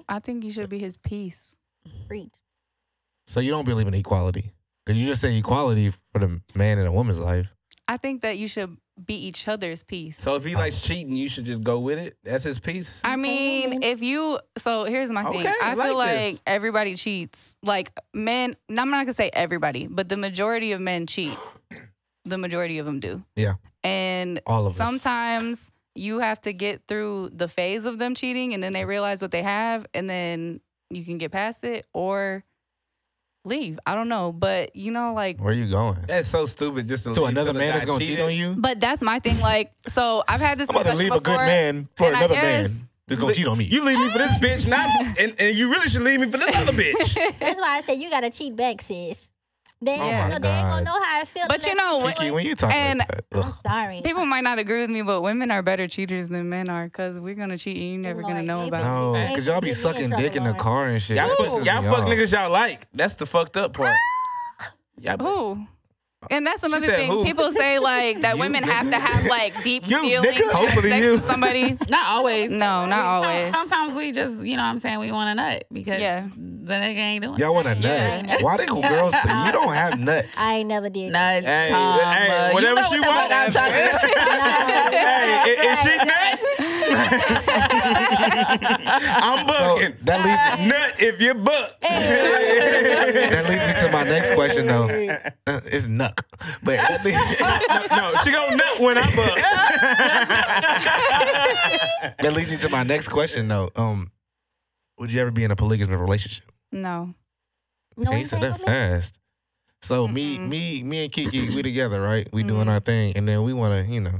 I think you should be his piece.
Preach.
So you don't believe in equality because you just say equality for the man and a woman's life.
I think that you should be each other's piece.
So if he likes cheating, you should just go with it. That's his piece.
I mean, if you so here's my thing.
Okay, I
I
like
feel like
this.
everybody cheats. Like men, no, I'm not gonna say everybody, but the majority of men cheat. The majority of them do.
Yeah.
And
All of us.
sometimes you have to get through the phase of them cheating, and then they realize what they have, and then you can get past it or leave. I don't know, but you know, like
Where you going?
That's so stupid. Just to
To
leave
another
because
man
I
that's gonna cheat
cheated.
on you?
But that's my thing. Like, so I've had this.
I'm about to
discussion
leave a good
before,
man for
and I
another
guess-
man that's gonna cheat on me.
You leave me for this bitch, not and, and you really should leave me for this other bitch.
That's why I said you gotta cheat back, sis. They, ain't
Oh
gonna-
my
they ain't gonna
God.
know how I feel.
But you
unless-
know, when-
Kiki, when you talk
And-
like that,
I'm
ugh.
sorry.
People might not agree with me, but women are better cheaters than men are because we're gonna cheat and you're never gonna
Lord,
know
they
about.
no,
Hey,
because y'all be
get me in
sucking
trouble,
dick in the
Lauren.
car and shit.
Y'all,
That
fuck,
pisses me
y'all fuck
off.
niggas y'all like. That's the fucked up part. Y'all,
it. Who? And that's another
said
thing.
who?
People say like that
You,
women
nigga.
have to have like deep
You,
feelings.
nigga.
to have
Hopefully
sex
you.
with somebody.
Not always.
No, not always.
Sometimes we just, you know what I'm saying, we want a nut because
Yeah.
the nigga ain't doing
Y'all want a nut?
Yeah.
Why they girls? Think you don't have nuts.
I ain't never did. that.
nuts.
Hey,
cum,
hey,
uh, you
whatever
know
she
what the fuck
want.
I'm talking about.
hey, i- is she nut? I'm
So
booking.
that
nut if you're booked.
leads that leads me to my next question though. Uh, It's nuck, but that leads,
no, no, she gonna nut when I book.
that leads me to my next question though. Um, would you ever be in a polygamous relationship?
No.
No
Hey,
one
you said
played
that
with me?
fast. So me,
Mm-mm.
me, me and Kiki, we together, right? We doing
Mhm.
our thing, and then we want to, you know.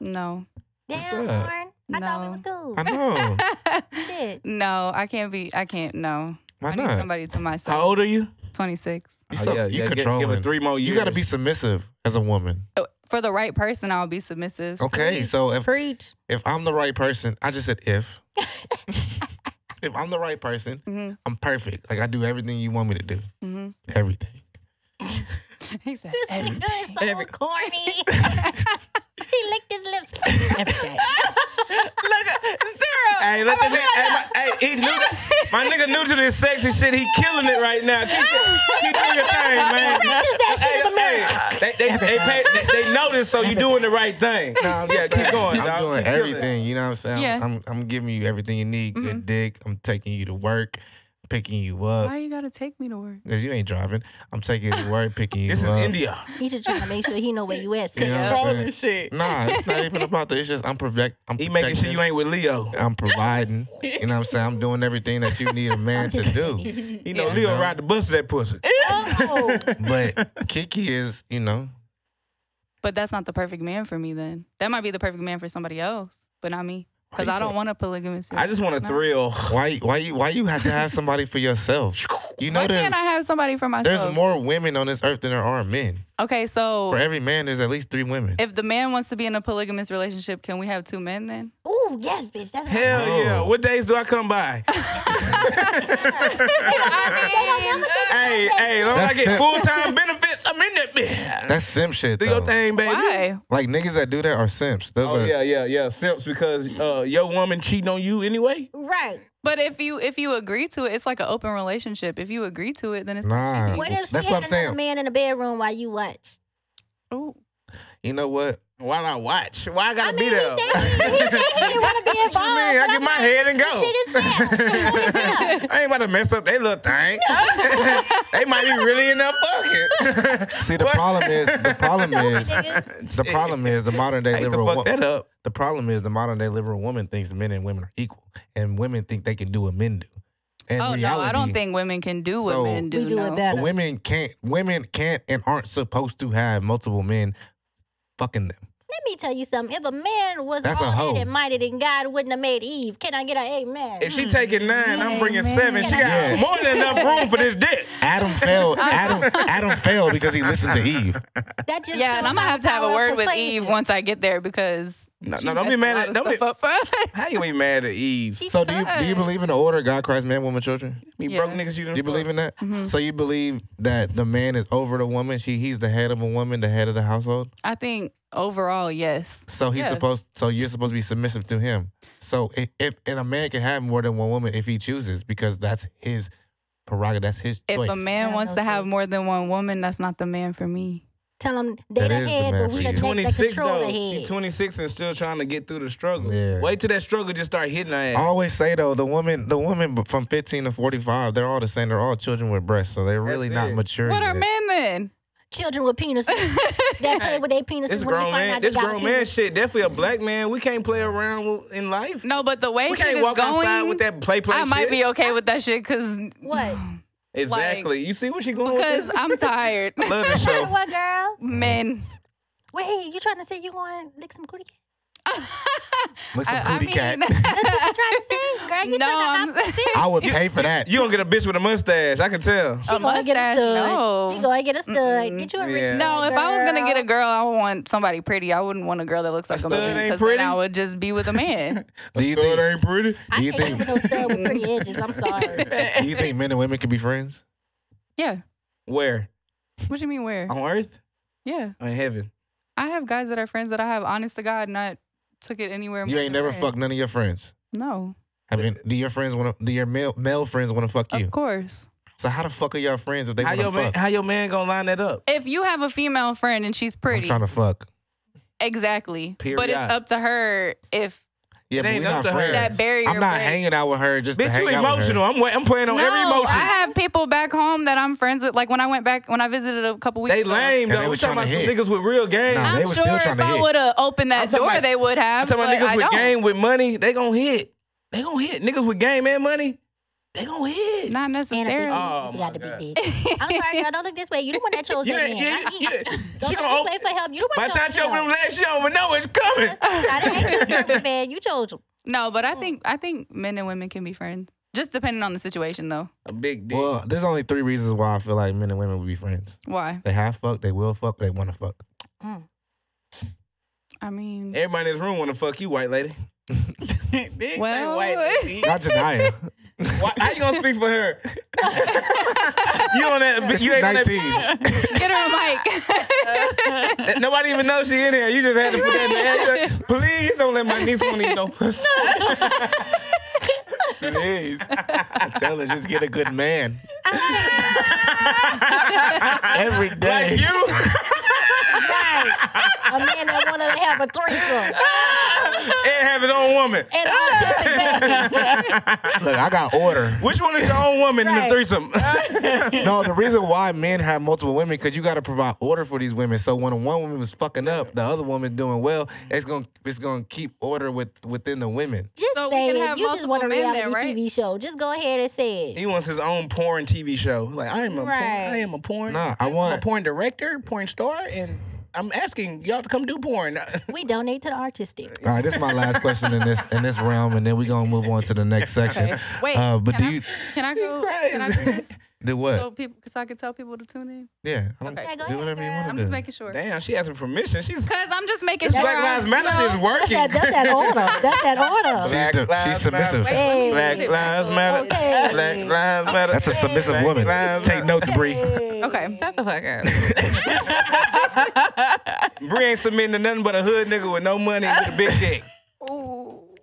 No.
What's
Damn,
up?
Lauren. I thought we
No.
was cool.
I know.
Shit.
no, I can't be. I can't. No.
Why
I need
not?
somebody to myself.
How old are you?
Twenty six.
You so, you Oh, controlling.
Oh, Give, her three more years.
you got to be submissive as a woman.
For the right person, I'll be submissive.
Okay, so if
Preach.
if I'm the right person, I just said if. if I'm the right person,
Mhm.
I'm perfect. Like I do everything you want me to do.
Mhm.
Everything.
He said,
This
"Hey."
is so corny. he licked his lips.
Hey, look at that. Hey, my, hey, he new to, my nigga new to this sexy shit. He killing it right now. Keep, that- keep doing your thing, man.
Practice that shit in the mirror.
Hey, they, they, they, pay, they, they notice, so you doing the right thing.
I'm
yeah, keep going.
I'm
dog.
doing
Keep killing it.
everything. You know what I'm saying?
Yeah. Mm-hmm.
I'm I'm giving you everything you need. Good dick. I'm taking you to work, picking you up.
"Why you gotta take me to work?"
Cause you ain't driving. I'm taking you to work, picking you
This is
up.
India.
He just trying to make sure he know where you at.
You know
sis.
what I'm saying? Nah, it's not even about that. It's just I'm protect. I'm
He making sure
protecting.
you ain't with Leo.
I'm providing. You know what I'm saying? I'm doing everything that you need a man to do.
You know, Leo ride the bus to that pussy.
Oh,
But Kiki is, you know,
But that's not the perfect man for me then. That might be the perfect man for somebody else, but not me. Because
you
I don't
say-
want a polygamous.
I just want a
No.
thrill.
why why you why you have to have somebody for yourself? You know
Why
there's,
can't I have somebody for myself?
there's more women on this earth than there are men.
Okay,
For
so
every man, there's at least three women.
if the man wants to be in a polygamous relationship, can we have two men then?
ooh, yes, bitch. That's what
Hell
Oh.
yeah. What days do I come by?
I mean,
hey, hey, as long as I
That's
get
it.
full time benefits, I'm in that bitch.
That's simp shit.
Do your
though.
thing, baby.
why?
Like niggas that do that are simps. Those
Oh
are
yeah, yeah, yeah. Simps because uh, your woman cheating on you anyway.
Right.
But if you if you agree to it, it's like an open relationship. If you agree to it, then it's
Nah.
not
What
cheating.
if she
That's
had
what I'm
another
saying.
man in the bedroom while you watch?
Ooh.
You know what?
Why not watch? Why I
I
gotta
mean, he
be
said
there?
he, he said he didn't want to be involved.
What you mean? I
but
get
I'm
my
like,
head and
this
go.
Shit is now. Who is now?
I ain't about to mess up their little thing. they might be really in there fucking.
See, the problem is the problem is
Nigga.
the problem is the modern
I
day
hate to
liberal
fuck
wo-
that up.
the problem is the modern day liberal woman thinks men and women are equal, and women think they can do what men do. And
Oh no, I don't
reality-
think women can do what
So-
men do.
We do
no.
it better.
Women can't. Women can't and aren't supposed to have multiple men fucking them.
Let me tell you something. If a man was
That's a
all
hoe.
that and mighty, then God wouldn't have made Eve. Can I get an amen?
If she taking nine, I'm bringing
Amen.
seven. She got
Yeah.
more than enough room for this dick.
Adam failed. Adam Adam failed because he listened to Eve.
That just shows
Yeah, and I'm gonna
how
have to have a
power of
word with
persuasion.
Eve once I get there because
No,
she
no, don't be
messed
mad
a
at.
lot
Don't
of
be,
stuff up for us.
how you ain't mad at Eve?
She's
So do you do you
Fine.
believe in the order God, Christ, man, woman, children?
You
Yeah.
broke niggas. You done
You believe
fucked.
in that?
Mm-hmm.
So you believe that the man is over the woman. She he's the head of a woman, the head of the household.
I think overall, yes.
So he's
Yeah.
supposed. So you're supposed to be submissive to him. So if, if and a man can have more than one woman if he chooses because that's his prerogative. That's his
If
choice.
a man
Yeah,
wants
no
to have
sense.
more than one woman, that's not the man for me.
Tell them they
That
the
is the
head,
man
but we the
for you.
take the
26
control
though.
the
She
head.
26 and still trying to get through the struggle.
Yeah.
Wait till that struggle just start hitting her ass.
I always say though, the woman, the women from 15 to 45, they're all the same. They're all children with breasts, so they're really
That's
not
it.
mature.
What are
yet.
men then?
Children with penises. that play with their penises
This
when they
grown
find
man,
out they
this
got a
grown man
penis.
shit. Definitely a black man. We can't play around with- in life.
No, but the way
we
shit
can't
is
walk
going,
outside with that play play.
I might
shit.
be okay with that shit because
What?
exactly. you see where she going?
because
with this?
I'm tired.
love the
Tell
show.
what, girl?
Men,
Wait, you trying to say you going to lick some cootie cat?
With some
I- I
cootie cat.
mean-
That's what you trying to say, girl? You
No,
trying to
I'm-
hop
I would pay for that.
You gonna get a bitch with a mustache? I can tell.
She
A
gonna get a
mustache,
stud.
no.
She gonna get a stud. Get you a rich
Yeah.
stud,
No, if I was gonna get a
girl.
girl, I would want somebody pretty. I wouldn't want a girl that looks like a
stud ain't
man because then
pretty?
I would just be with a man.
Do you think ain't pretty?
I
Do you
can't get
think?
with no stud with pretty edges. I'm sorry.
do you think men and women can be friends?
yeah.
Where?
What you mean where?
On Earth?
Yeah.
Or in heaven?
I have guys that are friends that I have honest to God not took it anywhere.
You
more
ain't
than
never
that.
fucked none of your friends.
No.
Have you, do your friends want to? Do your male male friends want to fuck you?
Of course.
So how the fuck are y'all friends if they
How
want to
your man?
fuck?
How your man gonna line that up?
If you have a female friend and she's
I'm
pretty,
trying to fuck.
exactly. But
Period.
it's up to her if
Yeah,
It
but we're
ain't up
not
to her.
friends.
that barrier.
I'm not
breaks.
hanging out with her just to
Bitch,
hang
you
out with her.
emotional. I'm wa- I'm playing on
No,
every emotion.
I have people back home that I'm friends with. Like when I went back, when I visited a couple weeks
They
ago.
lame
And they
though. We
was
talking about
tryna
some
hit.
niggas with real game.
Nah,
I'm
they
I'm
was
sure
still
if
trying to
I
hit.
would have opened
I'm
that
talking
door,
about-
they would have.
talking about
but
niggas
I
with
don't.
game with money. They gonna hit. They gonna hit. Niggas with game and money. They gonna hit.
Not
And a big
necessarily.
Oh,
dick. You got
my
to
God.
be big. I'm sorry, girl. Don't look this way. You the one that chose
You
that
ain't-
man.
you
Not
ain't-
me.
you ain't-
Don't
she
look
gonna
this way for help. You the
By
one
the
chose
time she open them
him.
legs, she don't even know it's coming.
I didn't ask you to serve the man. You chose him.
No, but I think I think men and women can be friends. Just depending on the situation, though.
A big dick.
Well, there's only three reasons why I feel like men and women would be friends.
Why?
They have fuck, they will fuck, they want to fuck.
I mean,
Everybody in this room want to fuck you, white lady.
well,
Not Janaya.
Why, how you gonna speak for her? you on that? You ain't on that,
19.
get her a mic.
that- Nobody even knows she in here. You just had to put that in there. You like, Please don't let my niece want to eat no pussy.
Please. I tell her, just get a good man. Every day.
Like you,
A man that wanted to have a threesome
and have his own woman.
and an autistic baby.
Look, I got order.
Which one is your own woman in
Right.
the threesome?
No, the reason why men have multiple women because you got to provide order for these women. So when one woman is fucking up, the other woman doing well, it's gonna it's gonna keep order with within the women.
Just
So we
say
can
it.
have
You just want a
multiple men
reality
there, right?
TV show. Just go ahead and say it.
he wants his own porn TV show. Like I am a porn.
Right.
I am a porn.
Nah, I
I'm a
want
porn director, porn star, and I'm asking y'all to come do porn.
We donate to the artistic.
All right, this is my last question in this in this realm, and then we're gonna move on to the next section.
Okay. Wait,
uh, but
can
do
I-
you
can I go?
cries.
Can I do this?
do what?
So people, so I can tell people to tune in.
yeah, I don't,
Okay. Yeah,
go
do
ahead,
whatever you
girl.
want to
I'm
do.
just making sure.
Damn, she asking permission. She's
Cause I'm just making
This
sure.
Black Lives
I-
Matter
you know-
shit is working.
That's that, that's that order. That's that order.
She's,
Black
the-
Lives
she's submissive.
Wait, let
Black
me sit
Lives
back.
Matter.
Okay.
Black Lives Matter.
That's a submissive
Black
woman.
Lives
Take
Matter.
notes, Bree.
Okay.
Shut the fuck up.
Bree ain't submitting to nothing but a hood nigga with no money and with a big dick.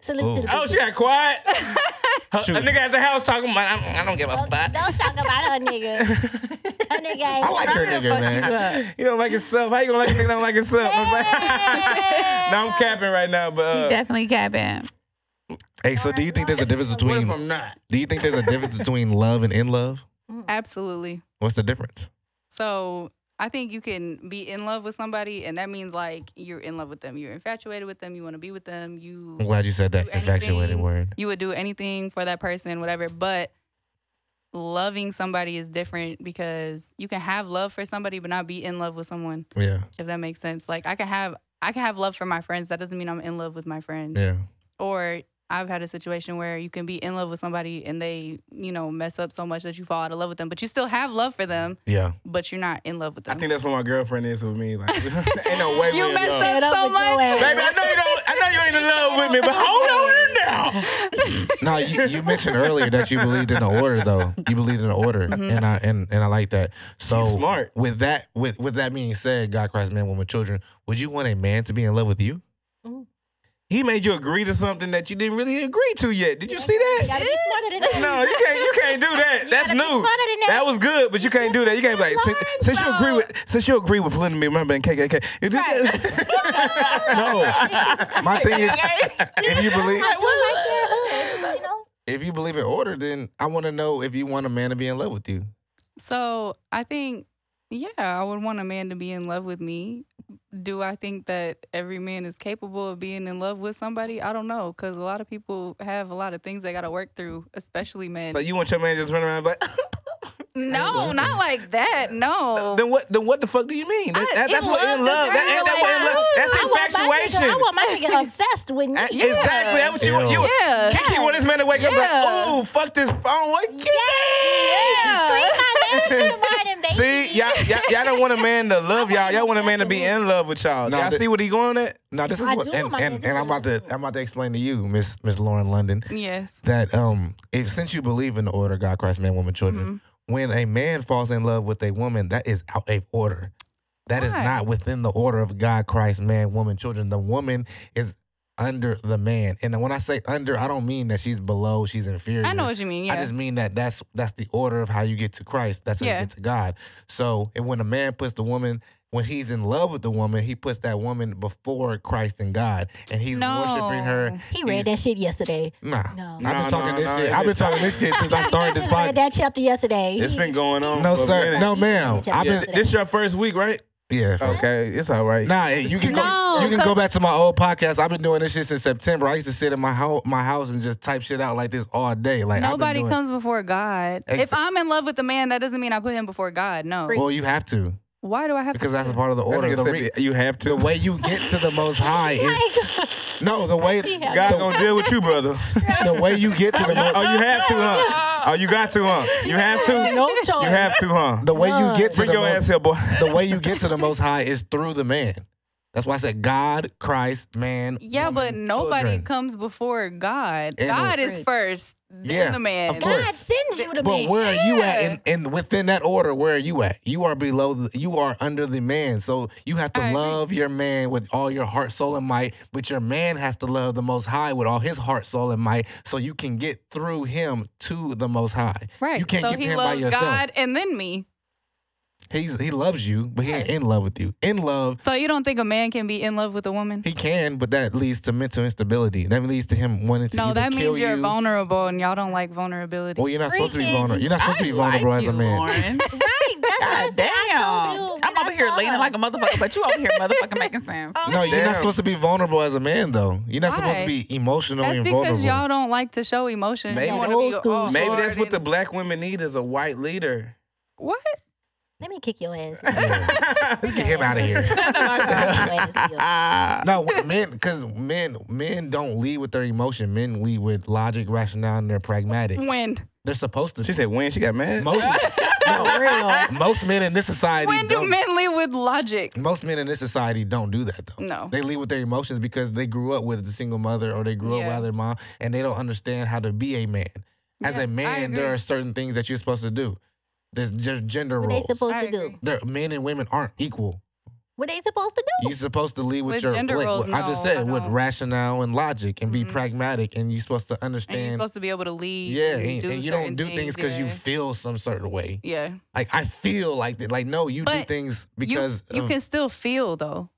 So look to the
Oh, she got quiet. Her-
Shoot.
A nigga at the house talking about, I don't, I don't give a
Don't,
fuck.
don't talk about her nigga. Her nigga ain't.
I like her nigga, man.
You don't like yourself. How you gonna like a nigga don't like himself? I'm
Hey.
no, I'm capping right now, but uh,
Definitely capping.
Hey, so do you think there's a difference
what if
between
I'm not?
do you think there's a difference between love and in love?
Absolutely.
What's the difference?
So I think you can be in love with somebody, and that means like you're in love with them, you're infatuated with them, you want to be with them, you
I'm glad you said that
do
infatuated
anything-
word.
You would do anything for that person, whatever. But loving somebody is different because you can have love for somebody but not be in love with someone,
Yeah,
if that makes sense. Like I can have I can have love for my friends. That doesn't mean I'm in love with my friends.
yeah.
Or I've had a situation where you can be in love with somebody and they, you know, mess up so much that you fall out of love with them, but you still have love for them,
Yeah.
but you're not in love with
I
them.
think that's what my girlfriend is with me. Like, ain't no way
You
we in
messed
love.
up.
Get
so
up with your
much.
ass.
Baby, I know you don't. I know you ain't in love with me, but hold on in now.
No, you, you mentioned earlier that you believed in the order, though. You believed in the order,
Mm-hmm.
and I and, and I like that. So
She's smart.
With that, with with that being said, God, Christ, man, woman, children. Would you want a man to be in love with you?
Mm.
He made you agree to something that you didn't really agree to yet. Did you see that?
You gotta be smarter than that.
No, you can't. You can't do that. That's
gotta
new.
be smarter than that.
was good, but you can't do that. You can't be like since, since you agree with since you agree with Linda remember and KKK. You do that.
No, my thing is, if you believe
I do like their hood, you know?
if you believe in order, then I want to know if you want a man to be in love with you.
So I think, yeah, I would want a man to be in love with me. Do I think that every man is capable of being in love with somebody? I don't know, because a lot of people have a lot of things they got to work through, especially men.
so you want your man to just run around and be like?
no, not like that.
Oh.
No.
Then what? Then what the fuck do you mean? That,
I-
that- that's
in
what in
love,
love.
the
That,
girl
ain't that
is
what in
like,
love. That's
I want my nigga-
infatuation.
I want my nigga obsessed with me.
Uh, Exactly. That's what you want. You,
Yeah.
Kiki want this man to wake up
Yeah.
like, oh, fuck this phone. What?
Scream my name in the morning, baby.
See, y'all, y'all, y'all don't want a man to love y'all. Y'all want a man to be in love with y'all.
No,
y'all
that-
see what he going at?
Now this is
I
what,
do
and,
want my man
and,
to
and I'm
be in
about to
love.
I'm about to explain to you, Miss Miss Lauren London,
Yes.
that um, if since you believe in the order, God, Christ, man, woman, children, when a man falls in love with a woman, that is out of order. That is
Why?
not within the order of God, Christ, man, woman, children. The woman is under the man, and when I say under, I don't mean that she's below, she's inferior.
I know what you mean. Yeah.
I just mean that that's that's the order of how you get to Christ. That's how you
Yeah.
get to God. So, and when a man puts the woman, when he's in love with the woman, he puts that woman before Christ and God, and he's
no.
worshiping her.
He read that shit yesterday.
Nah,
No.
I've been
No,
talking
no,
this
no,
shit.
it-
I've been talking this shit since I started this
Just read
podcast.
that chapter yesterday.
It's
He-
been going on.
No,
for a
sir.
minute.
No, ma'am.
Yeah,
I've
Yeah,
been
th- this your first week, right?
yeah. for-
Okay, it's all right.
Nah, hey, you can
No,
go, you can go
cause-
back to my old podcast. I've been doing this shit since September. I used to sit in my house my house and just type shit out like this all day. Like I've been
Nobody
doing-
comes before God.
Ex-
if I'm in love with a man, that doesn't mean I put him before God. No.
Well, you have to
Why do I have
because
to?
that's a part of the
That
order.
nigga
The,
said
re-
that you have
the
to.
way you get to the Most High is No, the way
Yeah.
God gonna deal with you, brother.
the way you get to the
Oh,
most,
you have to, huh? Oh, you got to, huh? You have to.
no choice.
You have to, huh?
the way you get to
Bring
the
your ass
most,
here, boy.
the way you get to the most high is through the man. That's why I said God, Christ, man.
Yeah, but
woman,
nobody
children.
comes before God.
And-
God is first. Then
Yeah,
the man.
of
God
course.
sends you to
But
me.
where are you at? And, and within that order, where are you at? You are below. The, you are under the man. So you have to
I agree.
love your man with all your heart, soul, and might. But your man has to love the Most High with all his heart, soul, and might. So you can get through him to the Most High.
Right.
You can't
so
get to
he
him by
loves
yourself.
God and then me.
He's he loves you, but he ain't in love with you. In love,
So you don't think a man can be in love with a woman?
He can, but that leads to mental instability. That leads to him wanting to
No,
either
that
kill
means you're
you.
vulnerable and y'all don't like vulnerability.
Well, you're not supposed to be
Preaching.
vulnerable. You're not supposed to be vulnerable as a man.
Right, that's what I
God
said. I told
damn.
you.
I'm
when
over
I
here
saw
leaning
her.
like a motherfucker, but you over here motherfucking making sense.
Oh.
No, you're
Damn.
not supposed to be vulnerable as a man, though. You're not supposed to
Why?
be emotional
That's
and
because
vulnerable.
y'all don't like to show emotion.
Maybe-
You wanna
That old
be
school
all
Maybe
hard
that's what the
and-
black women need is a white leader.
What?
Let me kick your ass.
Let's get him out of here.
That's
Uh,
no, men, because men, men don't lead with their emotion. Men lead with logic, rationale, and they're pragmatic.
When?
They're supposed to.
She said when she got mad.
most, no,
real.
most men in this society.
When do
don't-
men lead with logic?
Most men in this society don't do that though.
No.
They lead with their emotions because they grew up with a single mother or they grew up
Yeah.
without their mom and they don't understand how to be a man. As
Yeah, I
a man, there
agree.
are certain things that you're supposed to do. There's just gender
What they
roles.
supposed
I
to do?
agree.
There- men and women aren't equal.
What they supposed to do?
You're supposed to lead with,
With
your
gender
like,
roles,
what I just
no,
said
I
with
don't.
rationale and logic and be
Mhm.
pragmatic and you're supposed to
And you're
understand.
supposed to be able to lead.
yeah, and,
do
and you don't
certain
do things because you
yeah.
feel some certain way.
Yeah.
Like I feel like that. Like no, you do
But
things
You-
because
you,
of-
can still feel though.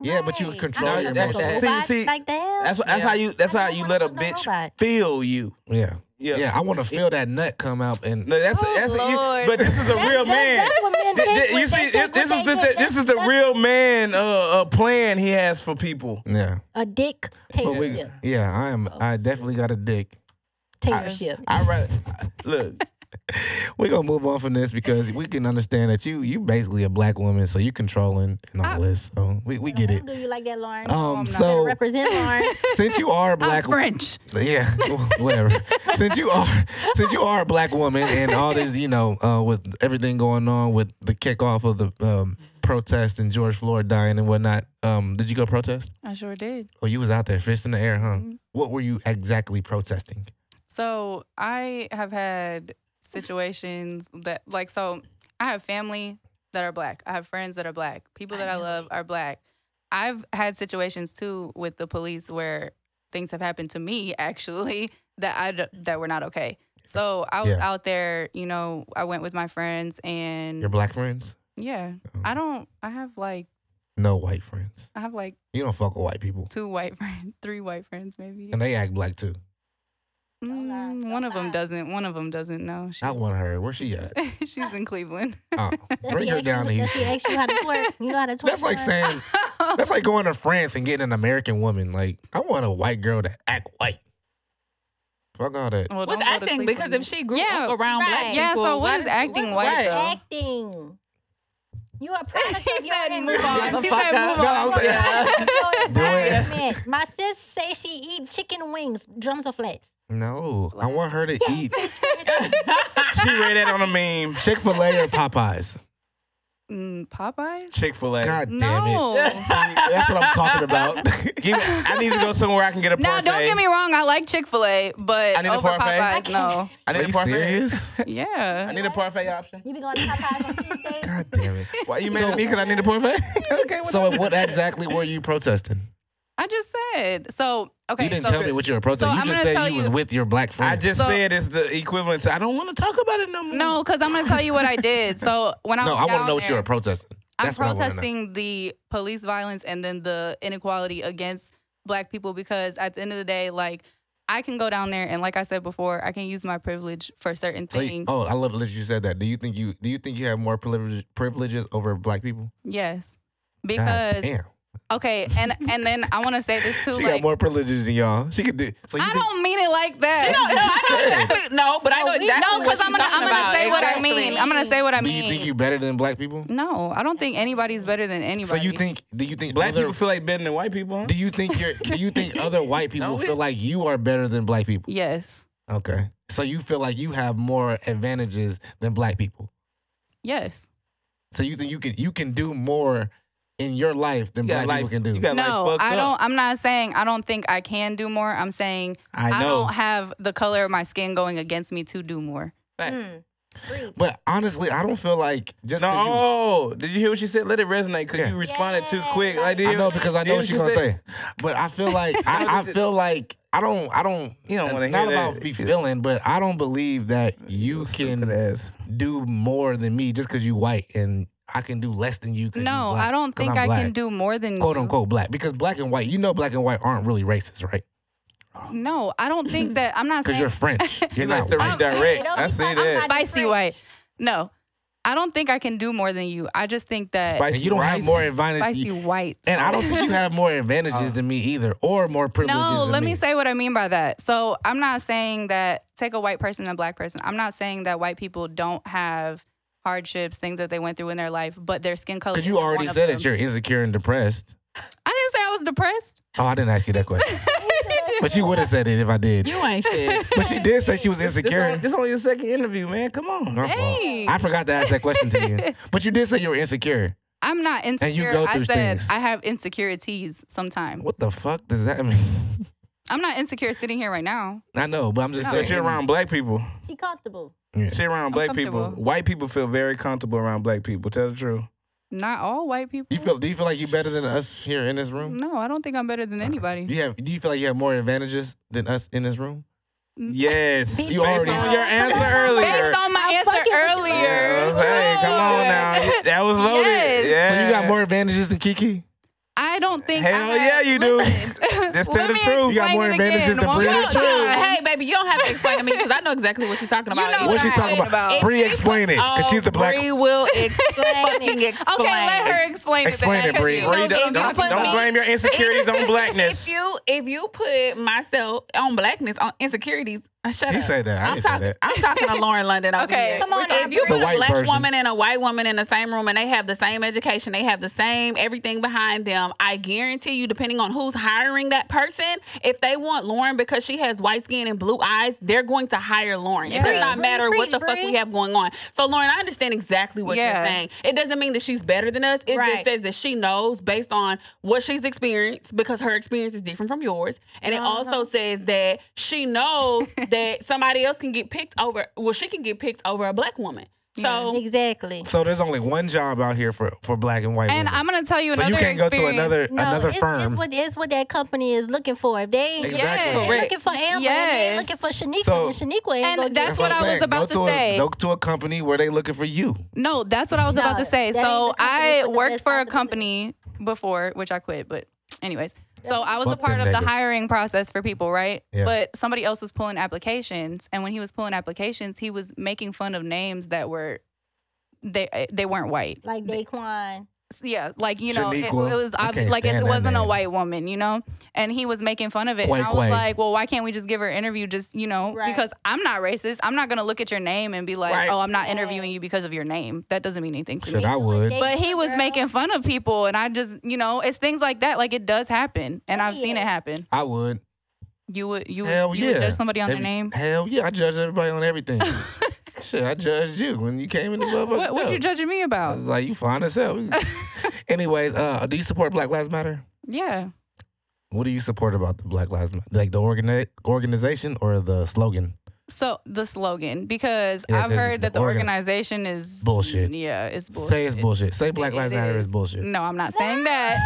yeah, but you
Right.
control
I don't
your
wanna fuck a
emotions.
emotions.
See,
robot
see,
like that.
That's what, that's
Yeah.
how you that's
I
how
don't
you
wanna
let a
fuck no
bitch
robot.
feel you.
Yeah. Yeah, I want to feel that nut come out and
No, that's a,
Oh,
that's a, you,
Lord.
but this is a real
That's-
man.
That's what men
Th-
think.
th-
when they
you see,
think
thi-
what
this is
they
the
think.
this is
That's-
the
that's
real man uh, uh plan he has for people.
yeah.
A
But we,
dictatorship.
yeah, Oh, I am. I definitely got a dick.
Dictatorship.
I rather look.
We're gonna move on from this because we can understand that you you basically a black woman, so you controlling and all this. So we, we get it.
Do you like that, Lauren?
Um,
Better
so
represent Lauren.
since you are a black,
I'm French.
yeah, whatever. since you are since you are a black woman and all this, you know, uh, with everything going on with the kickoff of the um, protest and George Floyd dying and whatnot, um, did you go protest?
I sure did.
Oh, you was out there, fist in the air, huh? What were you exactly protesting?
So I have had situations that like so I have family that are black. I have friends that are black. People that I, love are black. I've had situations too with the police where things have happened to me actually that I d- that were not okay. So I was
Yeah.
out there, you know, I went with my friends and
Your black friends?
yeah,
Oh.
I don't. I have like
No white friends.
I have like
You don't fuck with white people.
two white friends, three white friends maybe.
And they act black too.
Don't lie,
Mm,
don't
one of them
lie.
doesn't. One of them doesn't know.
I want her. Where she at?
she's in Cleveland.
Oh,
Does
bring
he
her
ask
down to
you, does he
Houston.
ask you how to twerk? You know how to twerk?
That's like
twerk?
saying that's like going to France and getting an American woman. Like I want a white girl to act white. Fuck all that.
Well,
What's
don't go to
acting? Because
Cleveland.
if she grew
Yeah,
up around
right.
black
Yeah,
people,
so what
why
is
does-
acting
what's
white,
right?
though?
acting. You a product of
He
your
said move on. He said
Motherfucker.
move
No,
on.
I'm saying
your
Do it.
environment. My sis say she eat chicken wings, drums of flats.
no. I want her to eat
She read that on a meme.
Chick Fil A or Popeyes.
Mm, Popeyes?
Chick Fil A.
God damn it.
No.
That's what I'm talking about.
Give me, I need to go somewhere I can get a
Now,
parfait.
don't get me wrong. I like Chick Fil A,
I
but
need a
over
parfait.
Popeyes, no.
I
Are
need a
you
parfait.
serious?
I
Yeah.
need a parfait option.
You be going to Popeyes on Tuesdays?
God damn it.
Why you mad at me? Because I need a parfait. okay. What
So what exactly were you protesting?
I just said. So, okay.
you didn't
so,
tell me what you were protesting.
so
you
I'm
just said
gonna tell
you was
you-
with your black friends.
I just
So-
said it's the equivalent to I don't want to talk about it no more.
No, because I'm going to tell you what I did. So, when I
No,
was
I
want to
know what you were protesting.
I'm
That's what I wanna know.
protesting the police violence and then the inequality against black people because at the end of the day, like, I can go down there and, like I said before, I can use my privilege for certain
So you-
things.
oh, I love that you said that. Do you think you do you think you have more privilege, privileges over black people?
Yes.
God
Because
damn.
okay, and and then I want to say this too.
she
like,
got more privileges than y'all. She could do. So you
I
think-
don't mean it like that.
She don't, no, I know
said.
exactly. No, but I know
we-
exactly.
No,
because
because I'm gonna I'm gonna say what I mean. I'm gonna say what I
do
mean.
you think you better than black people?
No, I don't think anybody's better than anybody.
So you think? Do you think
Black
other,
people feel like better than white people. Huh?
Do you think you're? Do you think other white people
Don't we?
feel like you are better than black people?
Yes.
Okay. So you feel like you have more advantages than black people.
Yes.
So you think you can you can do more in your life than
You got
black
life-
people can do.
you got life
No,
fucked up.
I don't. I'm not saying I don't think I can do more. I'm saying
I
I,
know.
don't have the color of my skin going against me to do more.
Mm. Breathe.
but honestly, I don't feel like just 'cause you-
No, did you hear what she said? Let it resonate because
Yeah.
you responded too
Yeah.
quick. Like, did
I
you-
know because I
did
know
you
what she's gonna
said?
say. But I feel like I, I feel like I don't I don't
You don't wanna
not
hear
about
that.
be feeling, but I don't believe that you
Stupid
can
ass.
do more than me just because you white and I can do less than you. 'cause you
No,
black,
I don't
'cause
think
I'm
I
black.
can do more than
quote
you.
unquote black because black and white you know black and white aren't really racist right
No, I don't think that. I'm not
because
saying
you're French
He
you're
likes
not
to
Oh,
white.
It
redirect.
don't
I
be
see
like- I'm
that.
not
spicy
French.
white. No, I don't think I can do more than you. I just think that
Spicy
and you don't have
rice.
more advantages
spicy white.
and I don't think you have more
Uh.
advantages than me either or more privileges
No,
than
let me say what I mean by that. So I'm not saying that take a white person and a black person. I'm not saying that white people don't have hardships, things that they went through in their life, but their skin color.
because you
isn't
already
one of
said
them.
that you're insecure and depressed
I didn't say I was depressed.
oh I didn't ask you that question but you would have said it if I did
You ain't shit.
But she did say she was
This only,
insecure.
this only your second interview, man. Come on.
My fault.
Dang.
I forgot to ask that question to you. But you did say you were insecure.
I'm not insecure.
go
I
through
said
things.
I have insecurities sometimes.
What the fuck does that mean?
I'm not insecure sitting here right now.
I know, but I'm just
So
saying.
she around black people.
She comfortable.
She around black people.
comfortable.
White people feel very comfortable around black people. Tell the truth.
Not all white people.
You feel? Do you feel like you better than us here in this room?
No, I don't think I'm better than anybody.
Do you have? Do you feel like you have more advantages than us in this room?
Yes.
You
Based
already
on
said-
your answer earlier.
Based on my
I'm
answer
fucking with you.
Yeah, I
earlier.
was- hey, come on
True.
now. That was loaded.
Yes.
Yeah.
So you
Uh,
got more advantages than Kiki?
I don't think.
Hell
I
yeah,
have,
you do.
Listen,
Just tell
let
the
me
truth.
You got
explain
more
it
advantages
again.
than
One
Bria
more
True.
time.
Hey, baby, you don't have to explain to me because I know exactly what you're talking about.
know
What's she
what I
talking
hate
about?
about-
Bree, explain it, cause she's the black.
Bree will explain. explain.
Okay, let her explain,
Explain
it.
it,
then, 'cause
Bree.
she
Bree,
knows what
don't,
I'm
don't,
talking
put
don't
about.
blame your insecurities on blackness.
If you if you put myself on blackness on insecurities, uh, shut
He
up.
said that. I
am
didn't say
talking,
that.
I'm talking to Lauren London. Over
Okay,
here.
come
on now,
If you
Bree.
put
The
a
white
black
version.
woman and a white woman in the same room and they have the same education, they have the same everything behind them. I guarantee you, depending on who's hiring that person, if they want Lauren because she has white skin and blue eyes, they're going to hire Lauren. It
Preach,
does not
Bree,
matter what
preach,
the fuck
Bree.
we have going on. So, Lauren, I understand exactly what
Yeah.
you're saying. It doesn't mean that she's better than us. It
Right.
just says that she knows based on what she's experienced because her experience is different from yours. And it also says that she knows that somebody else can get picked over. Well, she can get picked over a black woman. So
Exactly.
So there's only one job out here for, for black and white
And
women.
I'm gonna tell you
so
another.
you can't go to
experience.
another
No,
another
it's,
firm.
it's what it's what that company is looking for. If they ain't
Exactly.
Yes.
they're looking for Amber, if they ain't
Yes.
looking for Shaniqua,
So-
and Shaniqua ain't
And
gonna get
that's
you.
what I
I'm
was
saying.
about
go
to
a,
say.
Go to a company where they looking for you.
No, that's what I was
No,
about to say.
that ain't the
So
company
I
for the
worked
best
for a
possibility.
company before, which I quit, but anyways. So I was a
Fuck
part
them
of the
niggas.
hiring process for people, right?
Yeah.
But somebody else was pulling applications, and when he was pulling applications, he was making fun of names that were they they weren't white.
Like Daquan.
Yeah, like you know, it, it
Shaniqua.
was
I can't
obvious, like
stand
it
that
wasn't a
name.
white woman, you know. And he was making fun of it.
Quay
and I was
Quay.
like, well, why can't we just give her an interview? Just you know,
Right.
because I'm not racist. I'm not gonna look at your name and be like,
Right.
oh, I'm not
Right.
interviewing you because of your name. That doesn't mean anything to
Shit,
me.
I would.
But he was making fun of people, and I just, you know, it's things like that. Like it does happen, and I've seen it
Period.
happen.
I would.
You would, you, would-
Hell
you
yeah.
would judge somebody on
Every-
their name.
Hell yeah, I judge everybody on everything. Shit, I judged you when you came in the motherfucker.
What, what you judging me
I
about?
was like, you fine as hell. Anyways, uh, do you support Black Lives Matter?
Yeah,
What do you support about the Black Lives Matter? Like the organi- organization or the slogan?
so the slogan because
Yeah,
I've
'cause
heard
the
that the
organ-
organization is
Bullshit.
Yeah, it's bullshit.
Say it's bullshit. Say Black
It
Lives Matter is
is.
bullshit.
No, I'm not saying that.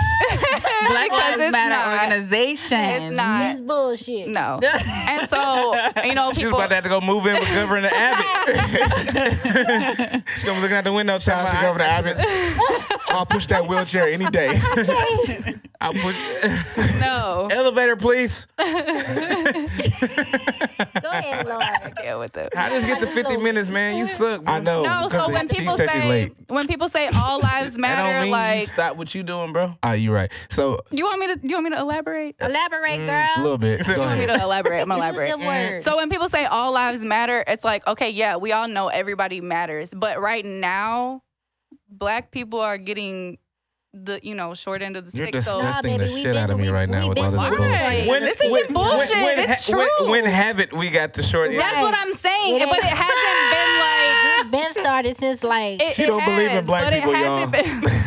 Black
Because
Lives
it's
Matter
not.
organization.
It's not.
It's bullshit.
No. And so you know,
She was
people.
about to have to go move in with Governor Abbott. She's gonna be looking out the window.
Shout out to Governor Abbott. I'll push that wheelchair any day.
I'll put
No.
elevator, please.
Go ahead, Lord.
Yeah, with it.
I just get the
I just
50
go-
minutes, man. You suck. Bro.
I know.
No,
because
so
the-
when
she
people
said she's
say
late.
when people say all lives
That don't
matter,
mean you
like
stop what you doing, bro.
Ah, you're right. So
you want me to you want me to elaborate?
Elaborate,
a
girl.
Mm, little bit. Go
want me
ahead.
to elaborate? I'm
Use them
elaborate.
words.
So when people say all lives matter, it's like okay, yeah, we all know everybody matters, but right now, black people are getting the you know short end of the
You're
stick. So
disgusting. testing
baby,
the
we
shit
been-
out of me
we-
right now
we
with
been
all this
through
bullshit.
it.
When this is
when-
bullshit,
when-
it's
ha- when-
true.
When, have it, we got the short end.
that's what I'm saying,
It
but
ain't-
it hasn't
It's been started since like
been like. It,
She
it
don't believe in
has,
black
but it
people,
hasn't
y'all.
been-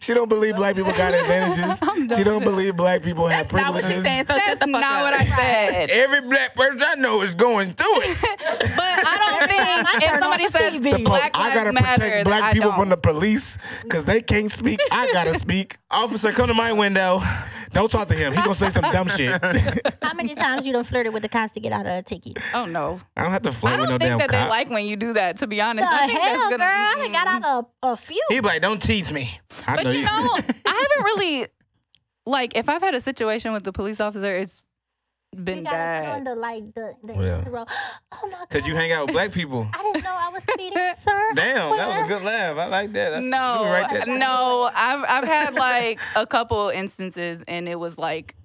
she don't believe black people got advantages. she don't believe black people have
That's not what she's
privileges.
saying. So shut
That's
the fuck
not
up.
what I said.
Every black person I know is going through it.
But I don't think if somebody says
The po-
Black
I gotta
Lives Matter,
protect black
I
people
don't.
from the police because they can't speak. I gotta speak.
Officer, come to my window.
Don't talk to him. He gonna say some dumb shit. I
how many times you done flirted with the cops to get out of a ticket?
Oh no.
don't have to
I
flirt with no
don't
damn
think that
cop.
they like when you do that. To be honest,
The
I think that's
hell,
gonna-
girl! I got out of a few.
He be like, don't tease me.
I
But you know, I haven't really like if I've had a situation with the police officer, it's
We
been
gotta put on
bad.
the like the the
Yeah.
intro. Oh my
Because
god!
you hang out with black people.
I didn't know I was speeding, sir.
Damn, that was a
Well,
good laugh. I like that. That's
No,
you right there.
no, I've I've had like a couple instances, and it was like.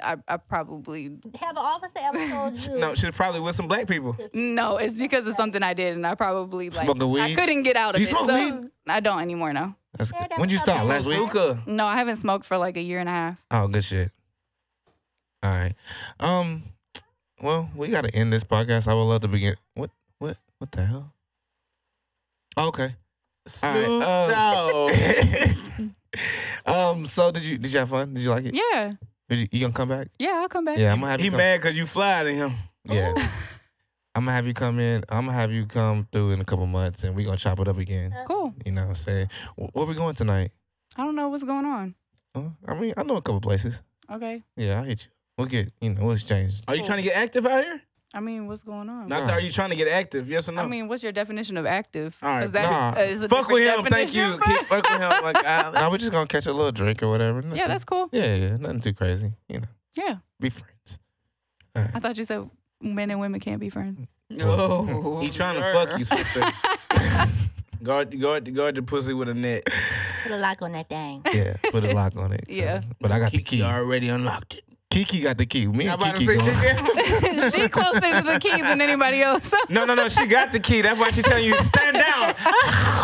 I, I probably
Have an officer ever told you?
No, she's probably with some black people.
no. It's because of something I did, and I probably like
Smoking
I
weed?
couldn't get out of
You
it.
smoke
so
weed?
I don't anymore. No,
That's
Yeah,
good.
that
When'd you
was
start?
something.
Last week?
Luca.
no, I haven't smoked for like a year and a half.
Oh, good shit. All right. Um. Well, we gotta end this podcast. I would love to begin. What? What? What the hell? Okay. All right,
Snoop Dogg.
um. So did you did you have fun? Did you like it?
Yeah,
Did you, you gonna come back?
yeah, I'll come back.
Yeah, I'm gonna have
He
you. Come,
mad because you fly to him.
Yeah.
Oh.
I'm gonna have you come in. I'm gonna have you come through in a couple months, and we gonna chop it up again.
Uh.
Cool.
You know what I'm saying? Wh- Where we going tonight?
I don't know what's going on.
Huh? I mean, I know a couple places.
Okay.
Yeah, I hit you. We'll get you know we'll exchange.
Are you trying to get active out here?
I mean, what's going on?
No, I said, are you trying to get active? Yes or no?
I mean, what's your definition of active?
All right,
Is that,
nah.
uh, is a
fuck with him.
different
Thank you.
definition?
Keep fuck with him. Like, I,
Now we're just gonna catch a little drink or whatever.
Yeah, that's cool.
Yeah, yeah, nothing too crazy. You know,
Yeah.
be friends.
I thought you said men and women can't be friends.
No.
he trying to fuck you, sister. guard, guard, guard the pussy with a net.
Put a lock on that thing.
Yeah, put a lock on it. 'cause-
Yeah.
but I got the
Kiki
key.
already unlocked it.
Kiki got the key. Me
I'm
and
about to
Kiki
say,
going.
Kiki.
she closer to the key than anybody else.
No, no, no. She got the key. That's why she telling you stand down.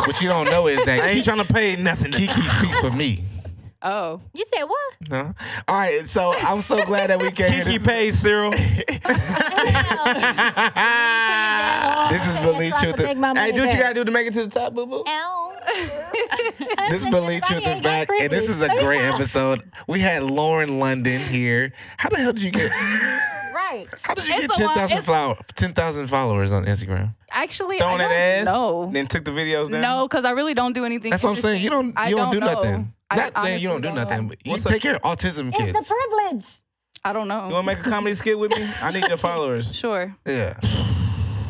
What you don't know is
I
that
ain't
Kiki,
trying to pay nothing.
Kiki speaks for me.
oh.
You said what?
Huh? All right, so I'm so glad that we came. here.
Kiki
This-
pays Cyril.
Hell.
This is Believe Truth in-
Hey, do what you gotta do to make it to the top, boo boo.
This is Believe Truth is back, and this is a great episode. We had Lauren London here. How the hell did you get?
Right. right.
How did you
It's
get
a lot-
10,000
it's-
follow- 10,000 followers on Instagram?
Actually,
Throwing
I
that
don't
ass.
know.
Then took the videos down.
No, because I really don't do anything.
That's what I'm saying. You don't you
interesting. I
don't, do
know.
nothing.
I
Not saying you
honestly
don't do
know.
nothing, but you
What's
take care of autism
It's
kids.
the privilege.
I don't
You
know.
want to make a comedy skit with me? I need your followers.
Sure.
yeah.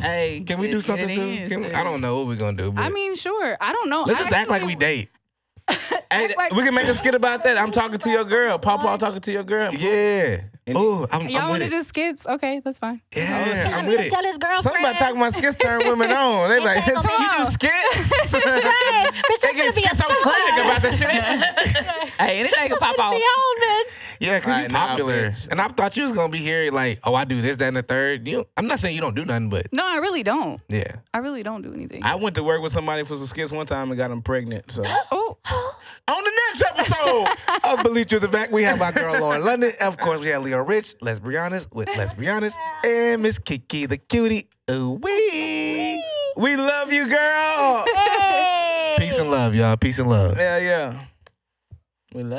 Hey,
Can we
it-
do
it
something too?
is,
Can we,
it
I don't know what we're gonna do. But
I mean, sure. I don't know.
let's
I
just act like
actually-
we date.
Hey,
like-
we can make a skit about that. I'm talking to your girl. Paw Paw talking to your girl.
Yeah. Oh, I'm,
Y'all
I'm
want
with
to
it.
do skits? Okay, that's fine.
yeah,
I
I'm
mean,
with
the
it.
jealous
Something
girlfriend.
about talking about skits turn women on. They like,
It ain't gonna
you
be
do skits? they
Right. Bitch, you're
get
gonna be a
schizophrenic about the shit.
is. Hey, anything can pop off.
Beyond, bitch.
Yeah, because
Right
you're
now,
popular.
bitch.
and I thought you was gonna be here like, oh, I do this, that, and the third. You, I'm not saying you don't do nothing, but
No, I really don't.
yeah.
I really don't do anything.
I went to work with somebody for some skits one time and got them pregnant. So
oh,
on the next episode,
I believe you the back. We have our girl Lauren London. Of course, we have Leo Rich, Les Briannas with Les Briannas, and Miss Kiki the cutie. Ooh wee.
we love you, girl.
Peace and love, y'all. Peace and love.
Yeah, yeah.